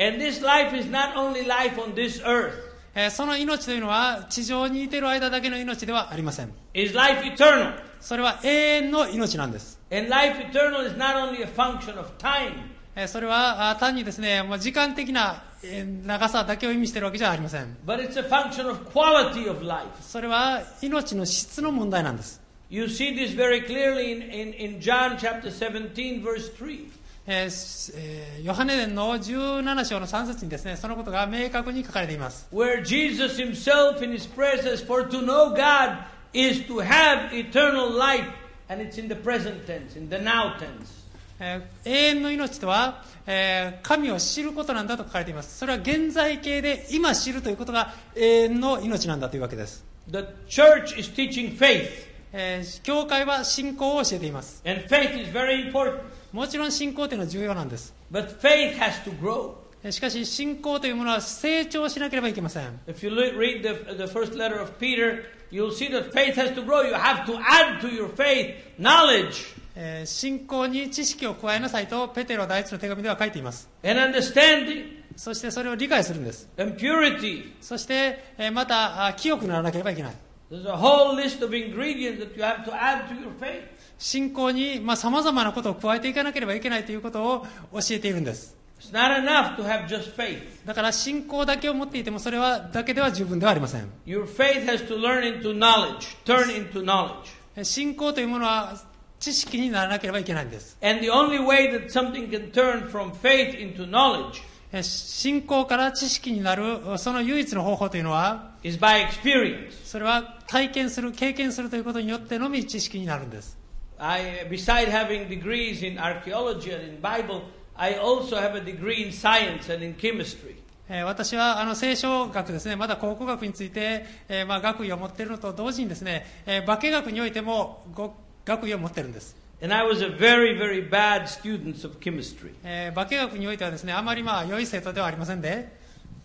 And this life is not only life on this earth, えーその命というのは地上にいている間だけの命ではありません it's life eternal. それは永遠の命なんです、 And life eternal is not only a function of time, えーそれはあー単にですねもう時間的なえー長さだけを意味しているわけじゃありません but it's a function of quality of life. それは命の質の問題なんです、 You see this very clearly in, in, in John chapter 17, verse 3. えーすえーヨハネ伝の17章の3節にですねそのことが明確に書かれています、 where Jesus himself in his prayer says, For to know God is to have eternal life. And it's in the present tense, in the now tense. えー永遠の命とは、えー神を知ることなんだと書かれていますそれは現在形で今知るということが永遠の命なんだというわけです、 The church is teaching faith, えー教会は信仰を教えています and faith is very important. もちろん信仰というのは重要なんです、 But faith has to grow. えしかし信仰というものは成長しなければいけません If you le- read the, the first letter of Peter, you'll see that faith has to grow. You have to add to your faith knowledge えー信仰に知識を加えなさいとペテロ第一の手紙では書いています and understanding そしてそれを理解するんです and purity. そしてえーまたあ清くならなければいけない There's a whole list of ingredients that you have to add to your faith. 信仰にさまざ、まなことを加えていかなければいけないということを教えているんです It's not enough to have just faith. だから信仰だけを持っていてもそれはだけでは十分ではありません Your faith has to learn into knowledge, turn into knowledge. えー信仰というものは知識にならなければいけないんです And the only way that something can turn from faith into knowledge えー信仰から知識になるその唯一の方法というのは is by experience. それは体験する経験するということによってのみ知識になるんです I, beside having degrees in archaeology and in Bible, I also have a degree in science and in chemistry. えー私はあの聖書学ですね、まだ考古学について、えーまあ、学位を持っているのと同時にですね、えー化学においてもご学位を持っているんです、 And I was a very, very bad student of chemistry. えー化学においてはですね、あまりまあ良い生徒ではありませんで、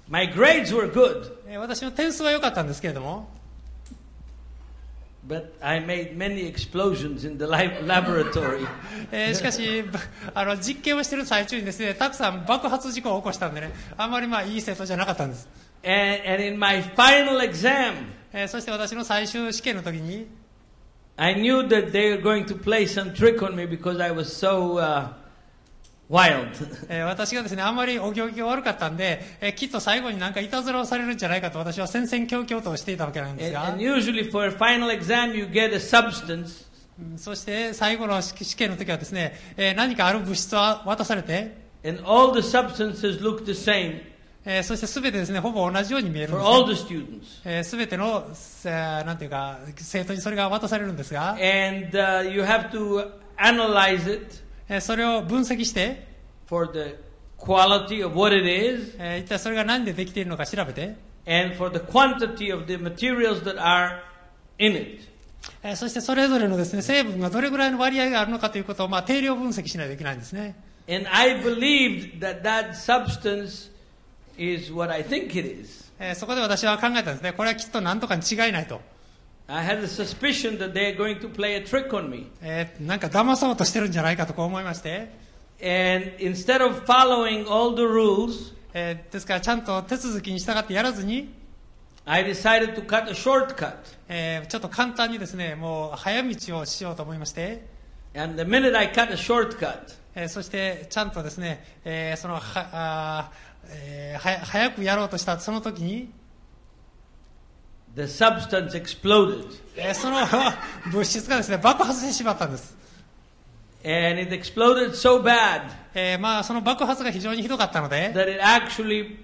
My grades were good, えー私の点数は良かったんですけれども、 but I made many explosions in the [LAUGHS] lab- laboratory. えーしかしばあの実験をしている最中にですね、たくさん爆発事故を起こしたんでね、あまりまあいい生徒じゃなかったんです、 And, and in my final exam, えーそして私の最終試験の時に、 I knew that they were going to play some trick on me because I was so uh, wild. えー私がですね、あんまりお行儀が悪かったんで、えーきっと最後になんかいたずらをされるんじゃないかと私は戦々恐々としていたわけなんです and, が、 and usually for a final exam, you get a substance うんそして最後の試試験の時はですね、えー何かある物質を渡されて、 And all the substances look the same えーそして全てですね、ほぼ同じように見えるん for で all す the students. えー。全ての、せなんていうか、生徒にそれが渡されるんですが、 And uh, you have to analyze it えーそれを分析して、 for the quality of what it is えー一体それが何でできているのか調べて、 and for the quantity of the materials that are in it. えーそしてそれぞれのですね、成分がどれぐらいの割合があるのかということを、まあ、定量分析しないといけないんですね。 And I believed that that substance is what I think it is. えーそこで私は考えたんですね、これはきっと何とかに違いないと、 I had a suspicion that they are going to play a trick on me. えーなんか騙そうとしてるんじゃないかとこう思いまして、 And instead of following all the rules, えーですからちゃんと手続きに従ってやらずに、 I decided to cut a shortcut. えーちょっと簡単にですねもう早道をしようと思いまして、 And the minute I cut a shortcut, えーそしてちゃんとですね、えーそのはあーえーはや早くやろうとしたその時に、 The substance exploded えーその [LAUGHS] 物質がですね爆発してしまったんです、 and it exploded so bad えーまあ、その爆発が非常にひどかったので、 that it actually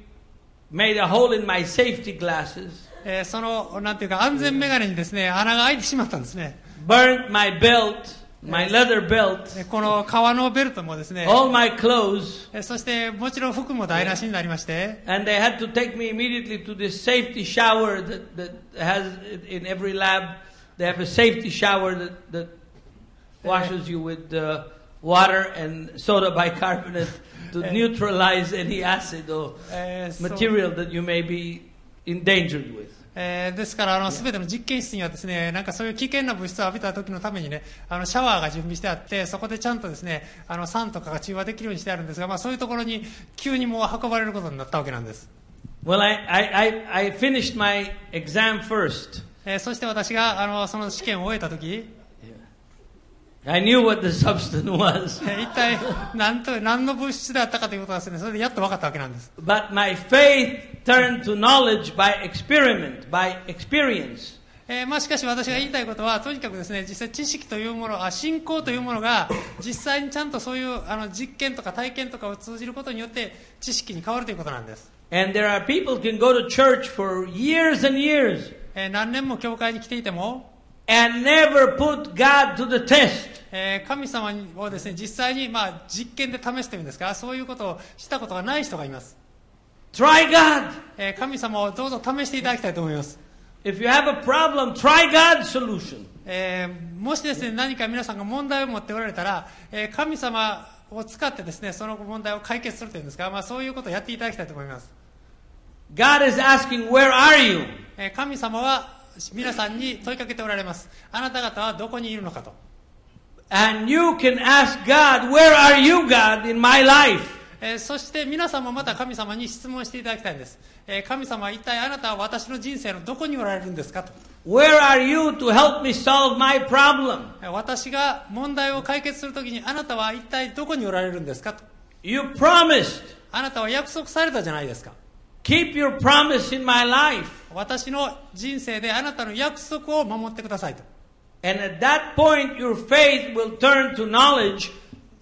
made a hole in my safety glasses, えーそのなんていうか安全メガネにですね穴が開いてしまったんですね。 burnt my belt, my leather belt, でこの革のベルトもですね、 all my clothes, えそしてもちろん服も台無しになりまして、 and they had to take me immediately to this safety shower that, that has in every lab. They have a safety shower that, that washes you with uh, water and soda bicarbonate to neutralize any acid or えーそう material that you may be endangered with. えーですからあの全ての実験室にはですね、なんかそういう危険な物質を浴びた時のためにね、あのシャワーが準備してあって、そこでちゃんとですね、あの酸とかが中和できるようにしてあるんですが、まあそういうところに急にもう運ばれることになったわけなんです。 Well, I, I, I, I finished my exam first. えーそして私があのその試験を終えた時、 I knew what the [LAUGHS] substance was, えー一体何と何の物質であったかということがですね、それでやっと分かったわけなんです。 but my faith turned to knowledge by experiment, by experience. えーまあ、しかし私が言いたいことはとにかくですね実際知識というものあ信仰というものが実際にちゃんとそういうあの実験とか体験とかを通じることによって知識に変わるということなんです、 And there are people who can go to church for years and years えー何年も教会に来ていても、 and never put God to the test. えー神様をですね実際に、まあ、実験で試すというんですかそういうことをしたことがない人がいます、 Try God. えー神様をどうぞ試していただきたいと思います、 If you have a problem, try God's solution. えーもしですね何か皆さんが問題を持っておられたら、えー神様を使ってですね、その問題を解決するというんですか、まあ、そういうことをやっていただきたいと思います。 God is asking, Where are you? えー神様は皆さんに問いかけておられます。あなた方はどこにいるのかと。 And you can ask God, Where are you, God, in my life? えーそして皆さんもまた神様に質問していただきたいんです。えー神様は一体あなたは私の人生のどこにおられるんですかと。 Where are you to help me solve my problem? えー私が問題を解決するときにあなたは一体どこにおられるんですかと。 You promised. あなたは約束されたじゃないですか。 Keep your promise in my life. 私の人生であなたの約束を守ってくださいと。 And at that point, your faith will turn to knowledge,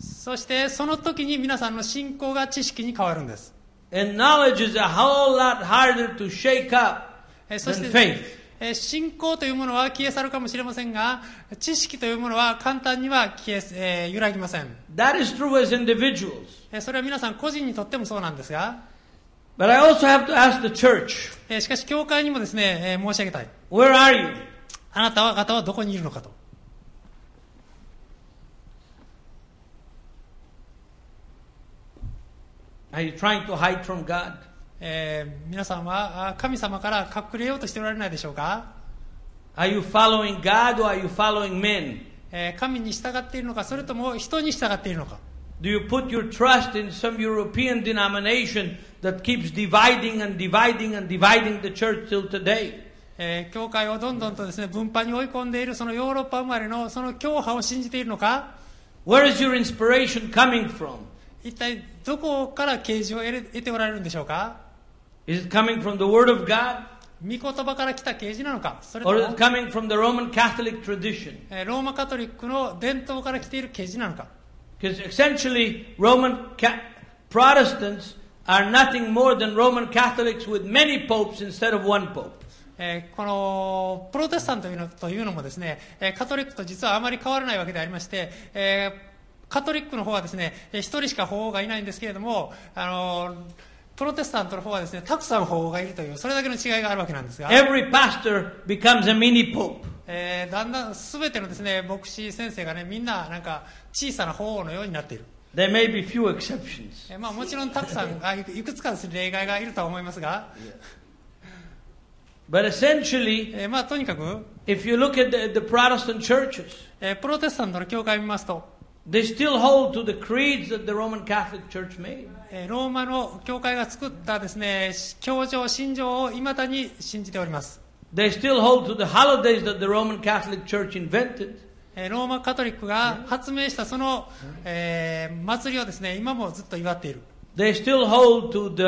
そしてその時に皆さんの信仰が知識に変わるんです。 and knowledge is a whole lot harder to shake up えーそし than て faith.、えー信仰というものは消え去るかもしれませんが、知識というものは簡単には消え、えー揺らぎません。 That is true as individuals. えーそれは皆さん個人にとってもそうなんですが、 But I also have to ask the church, えーしかし教会にもですね、えー申し上げたい。 Where are you? あなた方はどこにいるのかと。 Are you trying to hide from God? えー皆さんはあ神様から隠れようとしておられないでしょうか、 Are you following God or are you following men? えー神に従っているのか、それとも人に従っているのか。 Do you put your trust in some European denomination that keeps dividing and dividing and dividing the church till today? えー教会をどんどんとですね、分派に追い込んでいるそのヨーロッパ生まれのその教派を信じているのか、 Where is your inspiration coming from? 一体どこから啓示を得れ得ておられるんでしょうか Is it coming from the Word of God 御言葉から来た啓示なのかそれと or is it も、 coming from the Roman Catholic tradition? えーローマカトリックの伝統から来ている啓示なのか Because essentially, Roman Ca- Protestants are nothing more than Roman Catholics with many popes instead of one pope. えーこのプロテスタントというのというのもですね、えーカトリックと実はあまり変わらないわけでありまして、えーカトリックの方はですね、えー一人しか法王がいないんですけれども、あのープロテスタントの方はですね、たくさん法王がいるという、それだけの違いがあるわけなんですが、 Every pastor becomes a mini pope. えーだんだん全てのですね、牧師先生がね、みんななんか小さな法王のようになっている。 There may be few [LAUGHS] exceptions. えーまあ、もちろんたくさんあいくいくつかですね例外がいるとは思いますが、 But essentially, えーまあ、とにかく、 if you look at the, the Protestant churches, えープロテスタントの教会を見ますと、 they still hold to the creeds that the Roman Catholic Church made. えーローマの教会が作ったですね教条信条をいまだに信じております、 They still hold to the holidays that the Roman Catholic Church invented. えーローマカトリックが発明したその、えー祭りをですね今もずっと祝っている、 They still hold to the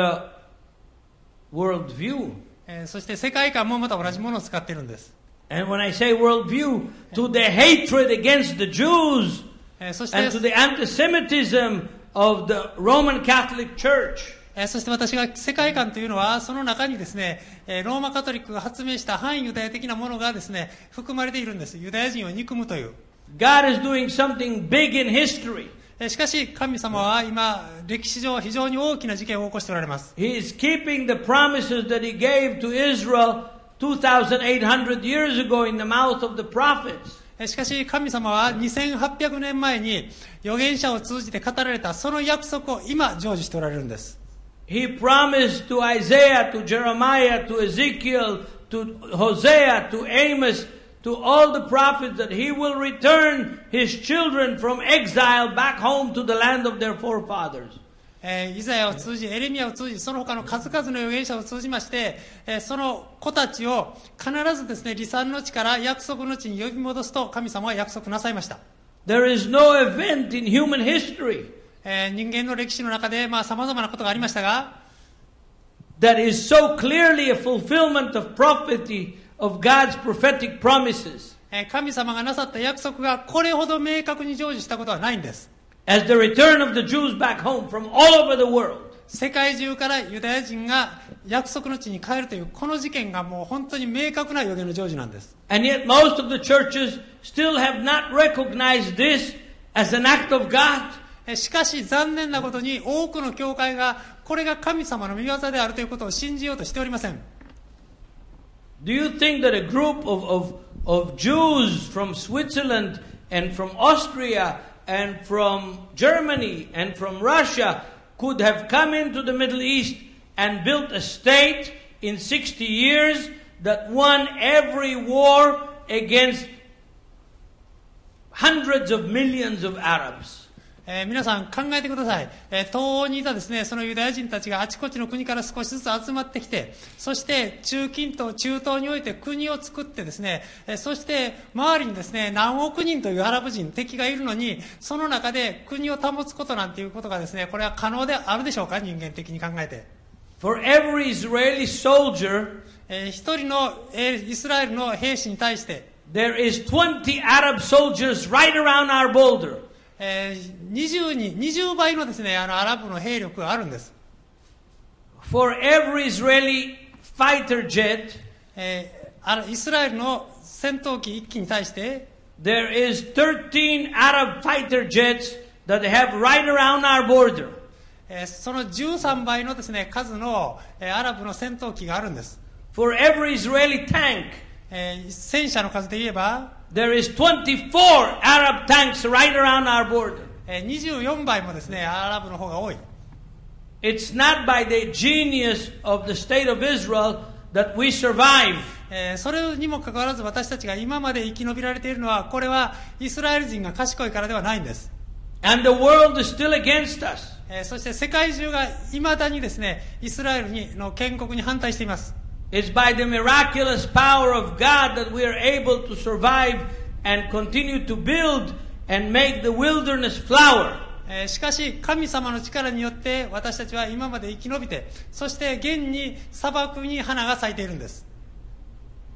worldview. えーそして世界観もまた同じものを使っているんです、 And when I say worldview, to the hatred against the Jews えーそして and to the anti Semitism of the Roman Catholic Church. えーそして私が世界観というのは、その中にですね、えーローマカトリックが発明した反ユダヤ的なものがですね、含まれているんです。ユダヤ人を憎むという。 God is doing something big in history. えーしかし、神様は今、歴史上非常に大きな事件を起こしておられます。 He is keeping the promises that He gave to Israel 2,800 years ago in the mouth of the prophets. えーしかし、神様は2800年前に預言者を通じて語られたその約束を今、成就しておられるんです。 He promised to Isaiah, to Jeremiah, to Ezekiel, to Hosea, to Amos, to all the prophets that he will return his children from exile back home to the land of their forefathers. えーイザヤを通じ、エレミアを通じ、その他の数々の預言者を通じまして、えーその子たちを必ずですね、離散の地から約束の地に呼び戻すと神様は約束なさいました。 There is no event in human history えー人間の歴史の中で、まあ、様々なことがありましたが、 that is so clearly a fulfillment of prophecy of God's prophetic promises えー神様がなさった約束がこれほど明確に成就したことはないんです。 as the return of the Jews back home from all over the world. 世界中からユダヤ人が約束の地に帰るという、この事件がもう本当に明確な予言の成就なんです。 And yet, most of the churches still have not recognized this as an act of God. えーしかし残念なことに多くの教会がこれが神様の御業であるということを信じようとしておりません Do you think that a group of, of, of Jews from Switzerland and from Austria a- and from Germany and from Russia could have come into the Middle East and built a state in 60 years that won every war against hundreds of millions of Arabs. えー皆さん考えてください、えー東欧にいたですねそのユダヤ人たちがあちこちの国から少しずつ集まってきてそして中近東中東において国を作ってですね、えーそして周りにですね何億人というアラブ人敵がいるのにその中で国を保つことなんていうことがですねこれは可能であるでしょうか人間的に考えて、 For every Israeli soldier, えー一人の、えーイスラエルの兵士に対して there is 20 Arab soldiers right around our boulder. えー20に20倍のですねあのアラブの兵力があるんです、 For every Israeli fighter jet, えーあのイスラエルの戦闘機1機に対して there is 13 Arab fighter jets that they have right around our border. えーその13倍のですね数の、えーアラブの戦闘機があるんです、 For every Israeli tank, えー戦車の数で言えば、 there is 24 Arab tanks right around our border. えー24倍もですねアラブの方が多い、 It's not by the genius of the state of Israel that we survive. えーそれにもかかわらず私たちが今まで生き延びられているのはこれはイスラエル人が賢いからではないんです、 And the world is still against us. えーそして世界中がいまだにですねイスラエルにの建国に反対しています、 It's by the miraculous power of God that we are able to survive and continue to build and make the wilderness flower. えーしかし神様の力によって私たちは今まで生き延びてそして現に砂漠に花が咲いているんです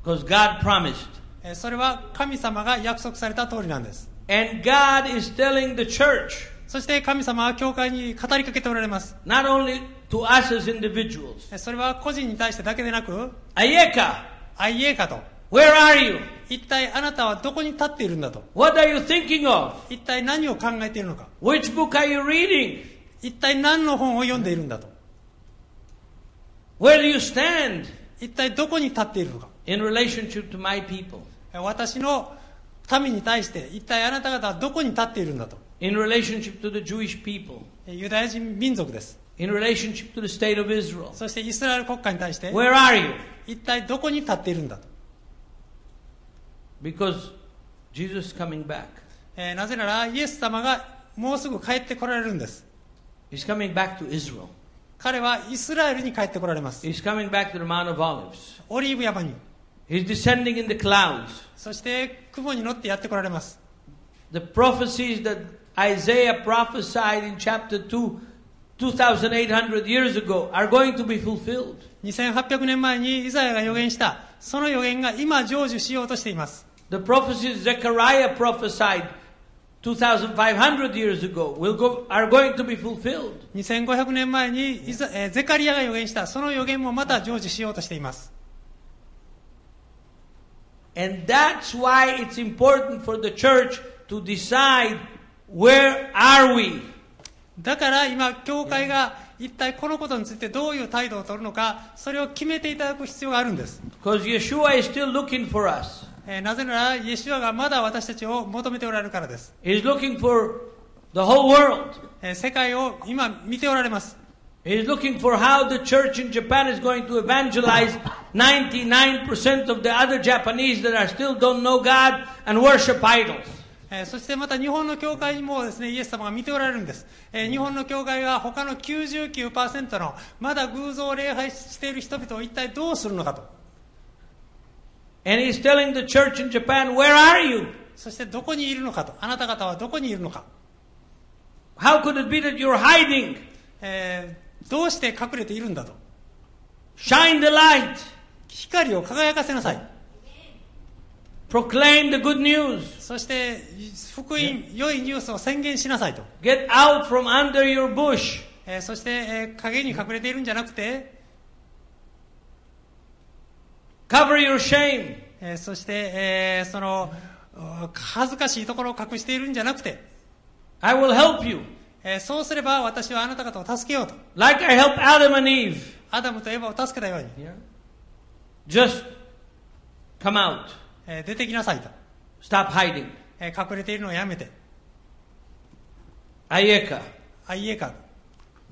Because God promised. えーそれは神様が約束された通りなんです And God is telling the church, そして神様は教会に語りかけておられます not only to us as individuals, えーそれは個人に対してだけでなく Ayeka, あいえかと where are you? 一体あなたはどこに立っているんだと What are you thinking of? 一体何を考えているのか Which book are you reading? 一体何の本を読んでいるんだと Where do you stand 一体どこに立っているのか in relationship to my people? えー私の民に対して一体あなた方はどこに立っているんだと In relationship to the Jewish people? えーユダヤ人民族です In relationship to the state of Israel? そしてイスラエル国家に対して Where are you? 一体どこに立っているんだと、 Because Jesus is coming back. えーなぜならイエス様がもうすぐ帰ってこられるんです He's coming back to Israel. 彼はイスラエルに帰ってこられます He's coming back to the Mount of Olives. オリーブ山に He's descending in the clouds. そして雲に乗ってやってこられます The prophecies that Isaiah prophesied in chapter 2, 2,800 years ago, are going to be fulfilled. 2800年前にイザヤが予言したその予言が今成就しようとしています The prophecies Zechariah prophesied 2,500 years ago will go, are going to be fulfilled. 2500年前にイザ、えーゼカリアが予言したその予言もまた成就しようとしています And that's why it's important for the church to decide where are we? だから今教会が一体このことについてどういう態度を取るのかそれを決めていただく必要があるんです Because Yeshua is still looking for us. えーなぜなら、イエシュアがまだ私たちを求めておられるからです。 He's looking for the whole world. えー世界を今見ておられます。 He's looking for how the church in Japan is going to evangelize 99% of the other Japanese that are still don't know God and worship idols. えーそしてまた日本の教会にもですね、イエス様が見ておられるんです。えー日本の教会は他の99%のまだ偶像を礼拝している人々を一体どうするのかと。 And he's telling the church in Japan, where are you? そしてどこにいるのかと。あなた方はどこにいるのか。 How could it be that you're hiding? えーどうして隠れているんだと。 Shine the light. 光を輝かせなさい。 Proclaim the good news. そして、福音、良いニュースを宣言しなさいと。 Get out from under your bush. えーそして、えー影に隠れているんじゃなくて、 Cover your shame. えーそして、えーそのうん恥ずかしいところを隠しているんじゃなくて、 I will help you. えーそうすれば私はあなた方を助けようと Like I helped Adam and Eve. アダムとエヴァを助けたように、 Yeah. Just come out. えー出てきなさいと、 Stop hiding. えー隠れているのをやめて、 Ayeka. あいえか、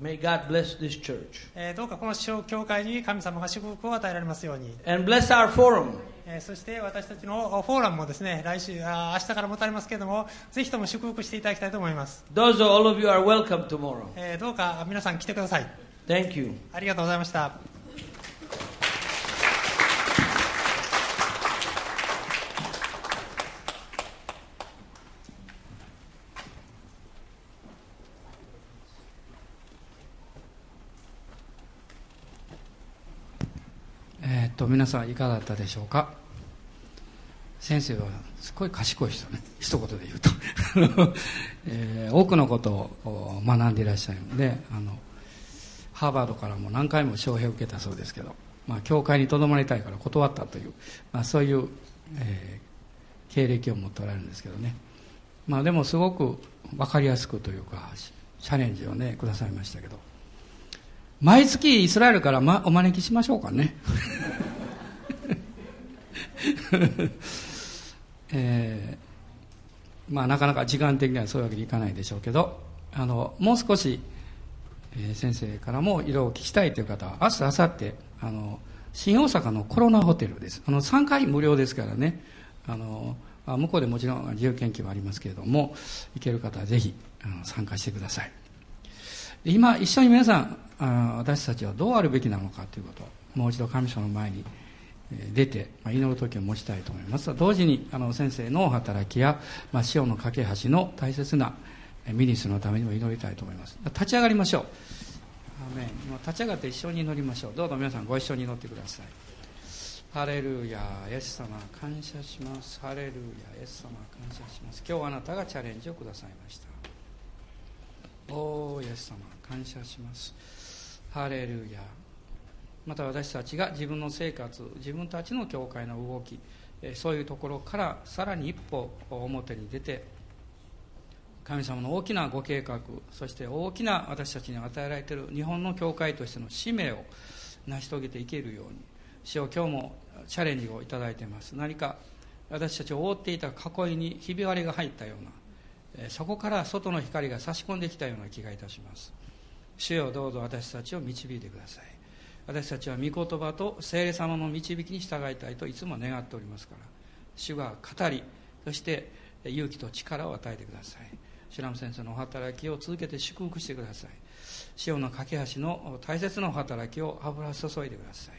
May God bless this church えーどうかこの小教会に神様が祝福を与えられますように、 and bless our forum. えーそして私たちのフォーラムもですね来週あー明日から持たれますけれどもぜひとも祝福していただきたいと思います、 Those, all of you are welcome tomorrow. えーどうか皆さん来てください Thank you. ありがとうございました。えーっと皆さんいかがだったでしょうか先生はすごい賢い人ね一言で言うと、 [LAUGHS] あのえー多くのことを学んでいらっしゃるのであのハーバードからも何回も招聘を受けたそうですけど、まあ、教会にとどまりたいから断ったという、まあ、そういう、えー経歴を持っておられるんですけどね、まあ、でもすごく分かりやすくというかチャレンジをねくださいましたけど毎月イスラエルから、ま、お招きしましょうかねえーまあ、なかなか時間的にはそういうわけにいかないでしょうけどあのもう少し、えー先生からも色を聞きたいという方は明日明後日あの新大阪のコロナホテルですあの3回無料ですからねあのあ向こうでもちろん自由研究もありますけれども行ける方はぜひあの参加してくださいで今一緒に皆さんあ私たちはどうあるべきなのかということをもう一度神様の前にえー出て、まあ、祈る時を持ちたいと思います同時にあの先生のお働きや、まあ、塩の架け橋の大切なえーミニスのためにも祈りたいと思います立ち上がりましょうアーメン今立ち上がって一緒に祈りましょうどうぞ皆さんご一緒に祈ってくださいハレルヤイエス様感謝しますハレルヤイエス様感謝します今日あなたがチャレンジをくださいましたおーイエス様感謝しますハレルヤまた私たちが自分の生活自分たちの教会の動きえーそういうところからさらに一歩表に出て神様の大きなご計画そして大きな私たちに与えられている日本の教会としての使命を成し遂げていけるように主よ今日もチャレンジをいただいてます何か私たちを覆っていた囲いにひび割れが入ったようなえーそこから外の光が差し込んできたような気がいたします主よどうぞ私たちを導いてください私たちは御言葉と聖霊様の導きに従いたいといつも願っておりますから主が語りそして勇気と力を与えてください白ラム先生のお働きを続けて祝福してください塩の架け橋の大切なお働きを油注いでくださ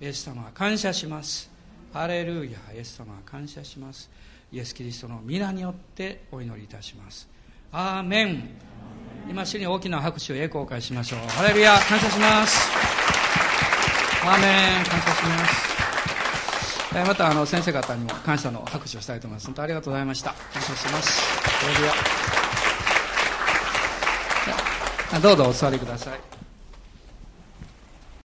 いイエス様は感謝しますハレルヤイエス様は感謝しますイエス・キリストの皆によってお祈りいたしますアーメン今主に大きな拍手を栄光を返しましょうハレルヤ感謝しますアーメン感謝します。えーまたあの先生方にも感謝の拍手をしたいと思います。本当ありがとうございました。感謝します。それではあどうぞお座りください。